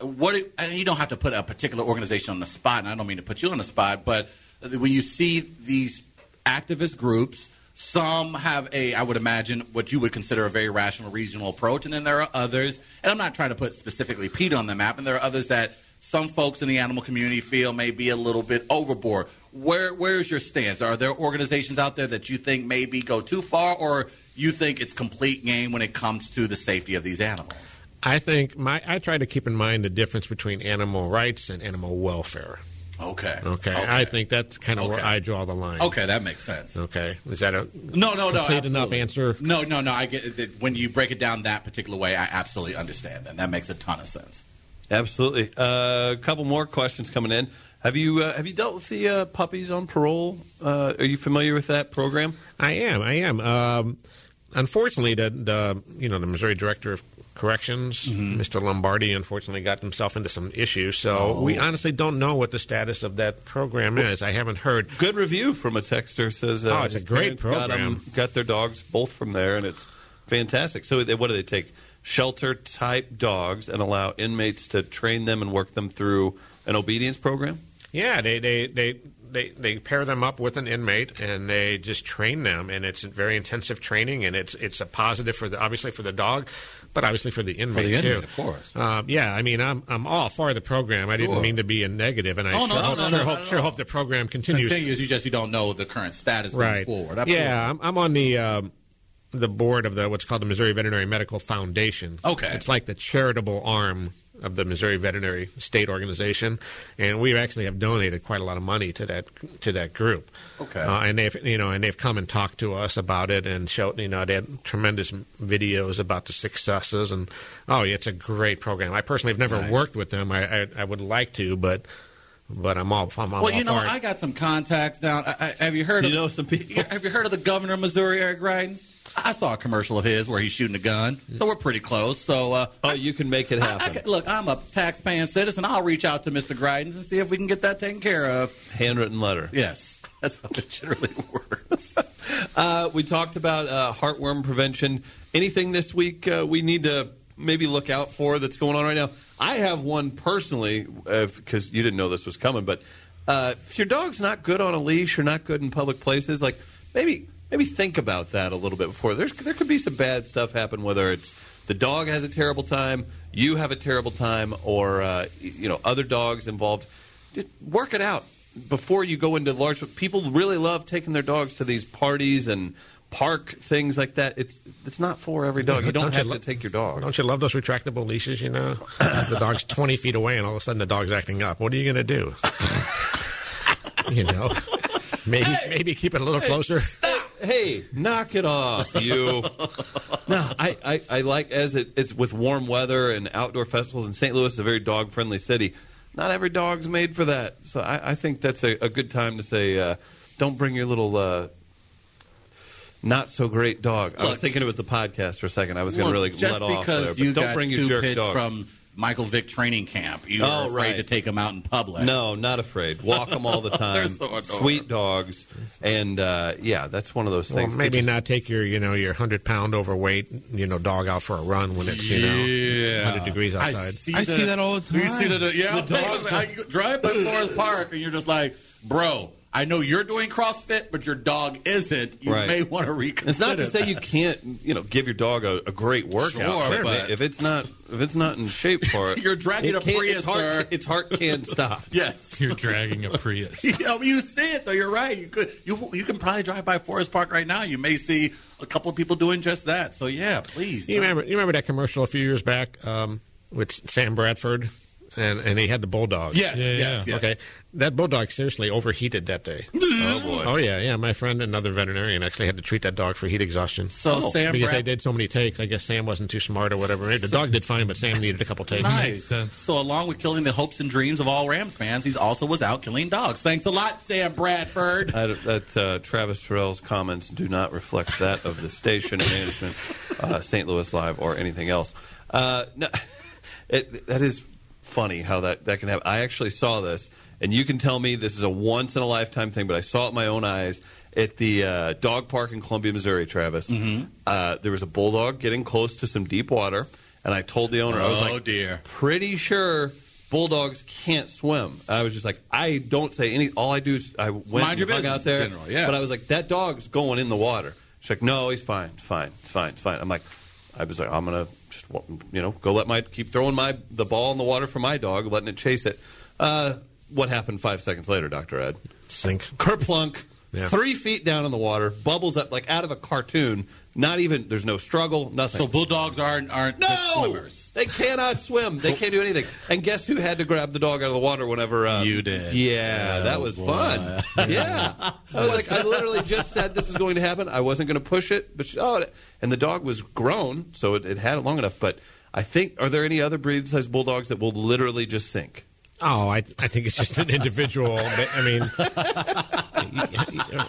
what and you don't have to put a particular organization on the spot, and I don't mean to put you on the spot, but when you see these activist groups Some have a, I would imagine, what you would consider a very rational, regional approach, and then there are others. And I'm not trying to put specifically Pete on the map, and there are others that some folks in the animal community feel may be a little bit overboard. Where where is your stance? Are there organizations out there that you think maybe go too far, or you think it's complete game when it comes to the safety of these animals? I think my I try to keep in mind the difference between animal rights and animal welfare. Okay. Okay. I think that's kind of where Okay. I draw the line. Okay, that makes sense. Okay. Is that a No, no, no. complete enough absolutely. answer? No, no, no. I get that when you break it down that particular way, I absolutely understand that. That makes a ton of sense. Absolutely. Uh, a couple more questions coming in. Have you uh, have you dealt with the uh, puppies on parole? Uh, are you familiar with that program? I am. I am. Um, unfortunately, the, the you know the Missouri Director of Corrections, Mm-hmm. Mr. Lombardi, unfortunately got himself into some issues. So Oh. we honestly don't know what the status of that program is. I haven't heard. Good review from a texter says. uh, Oh, it's a his great parents got 'em- program. Got, their dogs both from there, and it's fantastic. So they, what do they take? Shelter type dogs and allow inmates to train them and work them through an obedience program. Yeah, they they they. They, they pair them up with an inmate and they just train them and it's very intensive training and it's it's a positive for the obviously for the dog, but obviously for the inmate, inmate, too. of course. Um, yeah, I mean I'm I'm all for the program. I didn't Sure. mean to be a negative, and I Oh, no, sure, no, hope, no, sure, no, hope, no, no. sure hope the program The continues. thing is, you just you don't know the current status right. going forward. Yeah, I'm, I'm on the um, the board of the what's called the Missouri Veterinary Medical Foundation. Okay. it's like the charitable arm of the Missouri Veterinary State Organization, and we actually have donated quite a lot of money to that to that group. Okay. Uh, and they've you know and they've come and talked to us about it and showed you know they had tremendous videos about the successes and oh yeah, it's a great program. I personally have never Nice. worked with them. I, I I would like to, but. But I'm all. I'm all well, you know, for it. I got some contacts down. I, I, have you heard You of know some people. Yeah, Have you heard of the governor of Missouri, Eric Greitens? I saw a commercial of his where he's shooting a gun, so we're pretty close. So, uh, Oh, you can make it I- I happen. could- look, I'm a taxpaying citizen. I'll reach out to Mr. Greitens and see if we can get that taken care of. Handwritten letter. Yes, that's how it generally works. Uh, we talked about uh, heartworm prevention. Anything this week uh, we need to maybe look out for that's going on right now? I have one personally because you didn't know this was coming, but uh, if your dog's not good on a leash or not good in public places, like maybe maybe think about that a little bit before. There's there could be some bad stuff happen, whether it's the dog has a terrible time, you have a terrible time, or uh, y- you know other dogs involved. Just work it out before you go into large people really love taking their dogs to these parties and park things like that it's it's not for every dog you don't, have lo- to take your dog Don't you love those retractable leashes? You know, the dog's twenty feet away, and all of a sudden the dog's acting up. What are you going to do? you know, maybe maybe keep it a little closer. hey knock it off you no I, I i like as it it's with warm weather and outdoor festivals and st louis is a very dog friendly city not every dog's made for that so i, I think that's a, a good time to say uh, don't bring your little uh, not so great dog. I was Look. thinking it with the podcast for a second. I was going Look, to really just let off because there, but you don't got bring your two jerk pits dog. from Michael Vick training camp, you Oh, are afraid right. to take him out in public. No, not afraid. Walk them all the time. so adorable. Sweet dogs, and uh, yeah, that's one of those Well, things. maybe Just- not take your you know your hundred pound overweight you know dog out for a run when it's you know Yeah. hundred degrees outside. I see that all the You see time. that? Yeah, The dogs- I drive by Forest Park, and you're just like, bro. I know you're doing CrossFit, but your dog isn't. You Right. may want to reconsider. It's not to say that. you can't, you know, give your dog a, a great workout. Sure, but- if it's not if it's not in shape for it, You're dragging it a can't- Prius, Its heart, sir. Its heart can't stop. Yes. You're dragging a Prius. you, know, Oh, you see it though. You're right. You could. You you can probably drive by Forest Park right now. You may see a couple of people doing just that. So yeah, please. You remember you remember that commercial a few years back um, with Sam Bradford, and and he had the bulldog. Yes, Yeah, yes, yeah. yes. Okay, that bulldog seriously overheated that day. Oh boy. Oh yeah, yeah. My friend, another veterinarian, actually had to treat that dog for heat exhaustion. So Sam because Brad- they did so many takes. I guess Sam wasn't too smart or whatever. The dog did fine, but Sam needed a couple takes. Makes Nice. sense. So along with killing the hopes and dreams of all Rams fans, he's also was out killing dogs. Thanks a lot, Sam Bradford. I don't- that uh, Travis Terrell's comments do not reflect that of the station and management, uh, St. Louis Live, or anything else. Uh, no, it, that is funny how that, that can happen. I actually saw this, and you can tell me this is a once in a lifetime thing, but I saw it with my own eyes at the uh, dog park in Columbia, Missouri. Travis, Mm-hmm. uh, there was a bulldog getting close to some deep water, and I told the owner, I was Oh, like, dear. pretty sure bulldogs can't swim. I was just like, I don't say any. All I do is I went Mind and your hung business, out there. General, yeah. But I was like, that dog's going in the water. She's like, no, he's fine, it's fine, it's fine, it's fine. I'm like, I was like, I'm gonna just wa- you know go let my keep throwing my the ball in the water for my dog, letting it chase it. Uh, what happened five seconds later, Doctor Ed? Sink. Kerplunk. Yeah. Three feet down in the water, bubbles up like out of a cartoon. Not even there's no struggle, nothing. So bulldogs aren't aren't good No! swimmers. They cannot swim. They can't do anything. And guess who had to grab the dog out of the water whenever uh, You did. Yeah, Oh, that was boy. fun. Yeah, I was like, I literally just said this was going to happen. I wasn't going to push it, but she, oh, and the dog was grown, so it, it had it long enough. But I think, are there any other breed-sized bulldogs that will literally just sink? Oh, I, I think it's just an individual. but, I mean,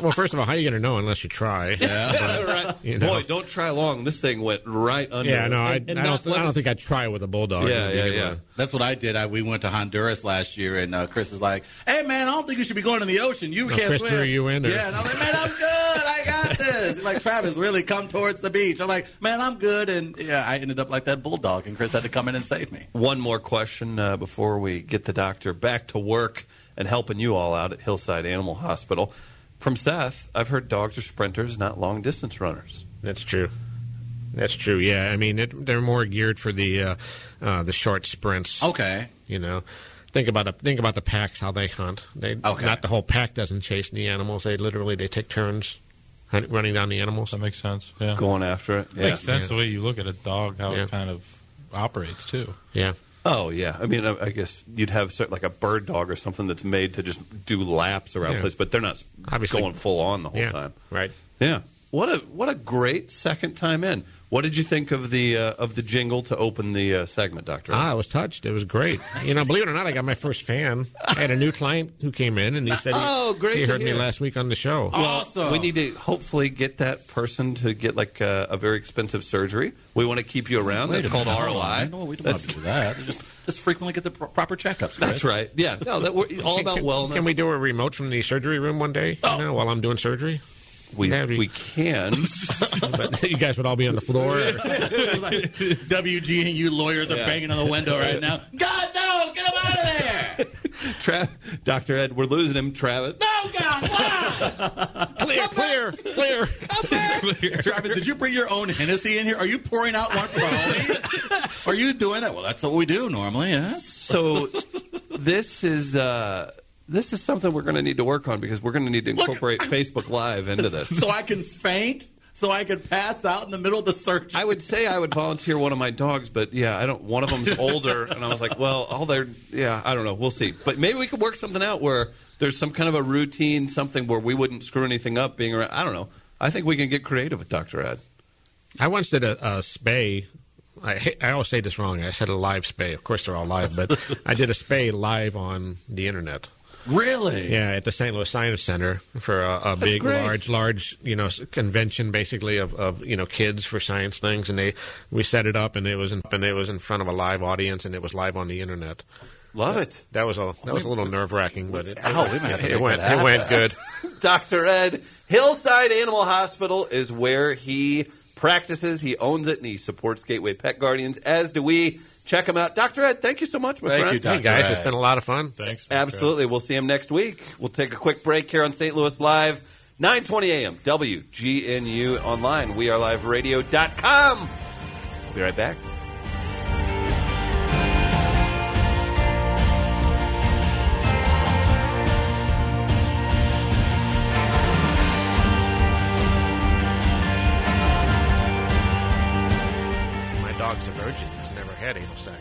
well, first of all, how are you going to know unless you try? Yeah, right. You know. Boy, don't try long. This thing went right under. Yeah, no, I, And- and I, not don't, I let don't it- think I'd try with a bulldog. Yeah, I'd be yeah, able yeah. to- That's what I did. I, we went to Honduras last year, and uh, Chris is like, "Hey, man, I don't think you should be going in the ocean. You can't Chris swim." threw you in, or- Yeah, and I'm like, "Man, I'm good. I got this." He's like Travis, really come towards the beach. I'm like, "Man, I'm good." And yeah, I ended up like that bulldog, and Chris had to come in and save me. One more question uh, before we get the doctor back to work and helping you all out at Hillside Animal Hospital. From Seth, I've heard dogs are sprinters, not long distance runners. That's true. That's true. Yeah, I mean, it, they're more geared for the uh, uh, the short sprints. Okay. You know, think about the, think about the packs how they hunt. They Okay. not the whole pack doesn't chase the animals. They literally they take turns hunt, running down the animals. That makes sense. Yeah. Going after it. Yeah. Makes sense the way you look at a dog, how Yeah. it kind of operates too. Yeah. Oh, yeah. I mean, I, I guess you'd have certain, like a bird dog or something that's made to just do laps around Yeah. the place, but they're not s- Obviously. going full on the whole yeah. time. Right. Yeah. What a what a great second time in. What did you think of the uh, of the jingle to open the uh, segment, Doctor? Ah, I was touched. It was great. You know, believe it or not, I got my first fan. I had a new client who came in and he said, he- Oh, great He to heard me hear. last week on the show. awesome. We need to hopefully get that person to get like uh, a, a very expensive surgery. We want to keep you around. Wait That's a called minute, hold ROI. on. No, we don't that's, want to do that. Just, just frequently get the pro- proper checkups. Chris. that's right. Yeah. No, that we're all about can, wellness. Oh. Can we do a remote from the surgery room one day? You know, while I'm doing surgery, We, That'd be- we can. but you guys would all be on the floor. WG and you lawyers are Yeah. banging on the window right now. God, no! Get him out of there! Tra- Dr. Ed, we're losing him. Travis. No, God! Why? clear, clear, clear. Travis, did you bring your own Hennessy in here? Are you pouring out one for the homies? Are you doing that? Well, that's what we do normally. Yes. So this is. Uh, this is something we're going to need to work on because we're going to need to incorporate Facebook Live into this. So I can faint. So I can pass out in the middle of the search. I would say I would volunteer one of my dogs, but yeah, I don't. One of them's older, and I was like, well, all their yeah, I don't know. We'll see. But maybe we could work something out where there's some kind of a routine, something where we wouldn't screw anything up being around. I don't know. I think we can get creative with Doctor Ed. I once did a, a spay. I, hate- I always say this wrong. I said a live spay. Of course, they're all live, but I did a spay live on the internet. really? Yeah, at the St. Louis Science Center for a, a big, great. large, large, you know, s- convention basically of, of you know kids for science things, and they we set it up, and it was in, and it was in front of a live audience, and it was live on the internet. Love it, That was a that was a little nerve wracking, but it, Ow, we might have to it make went that happen. it went good. Doctor Ed. Hillside Animal Hospital is where he practices. He owns it, and he supports Gateway Pet Guardians. As do we. Check him out, Doctor Ed. Thank you so much, my Thank friend. you, Hey Dr. guys, Ed. it's been a lot of fun. Thanks. Absolutely. We'll see him next week. We'll take a quick break here on St. Louis Live, 920 a.m. WGNU online. We are liveradio.com. Be right back. My dog's a virgin; he's never had anal sex.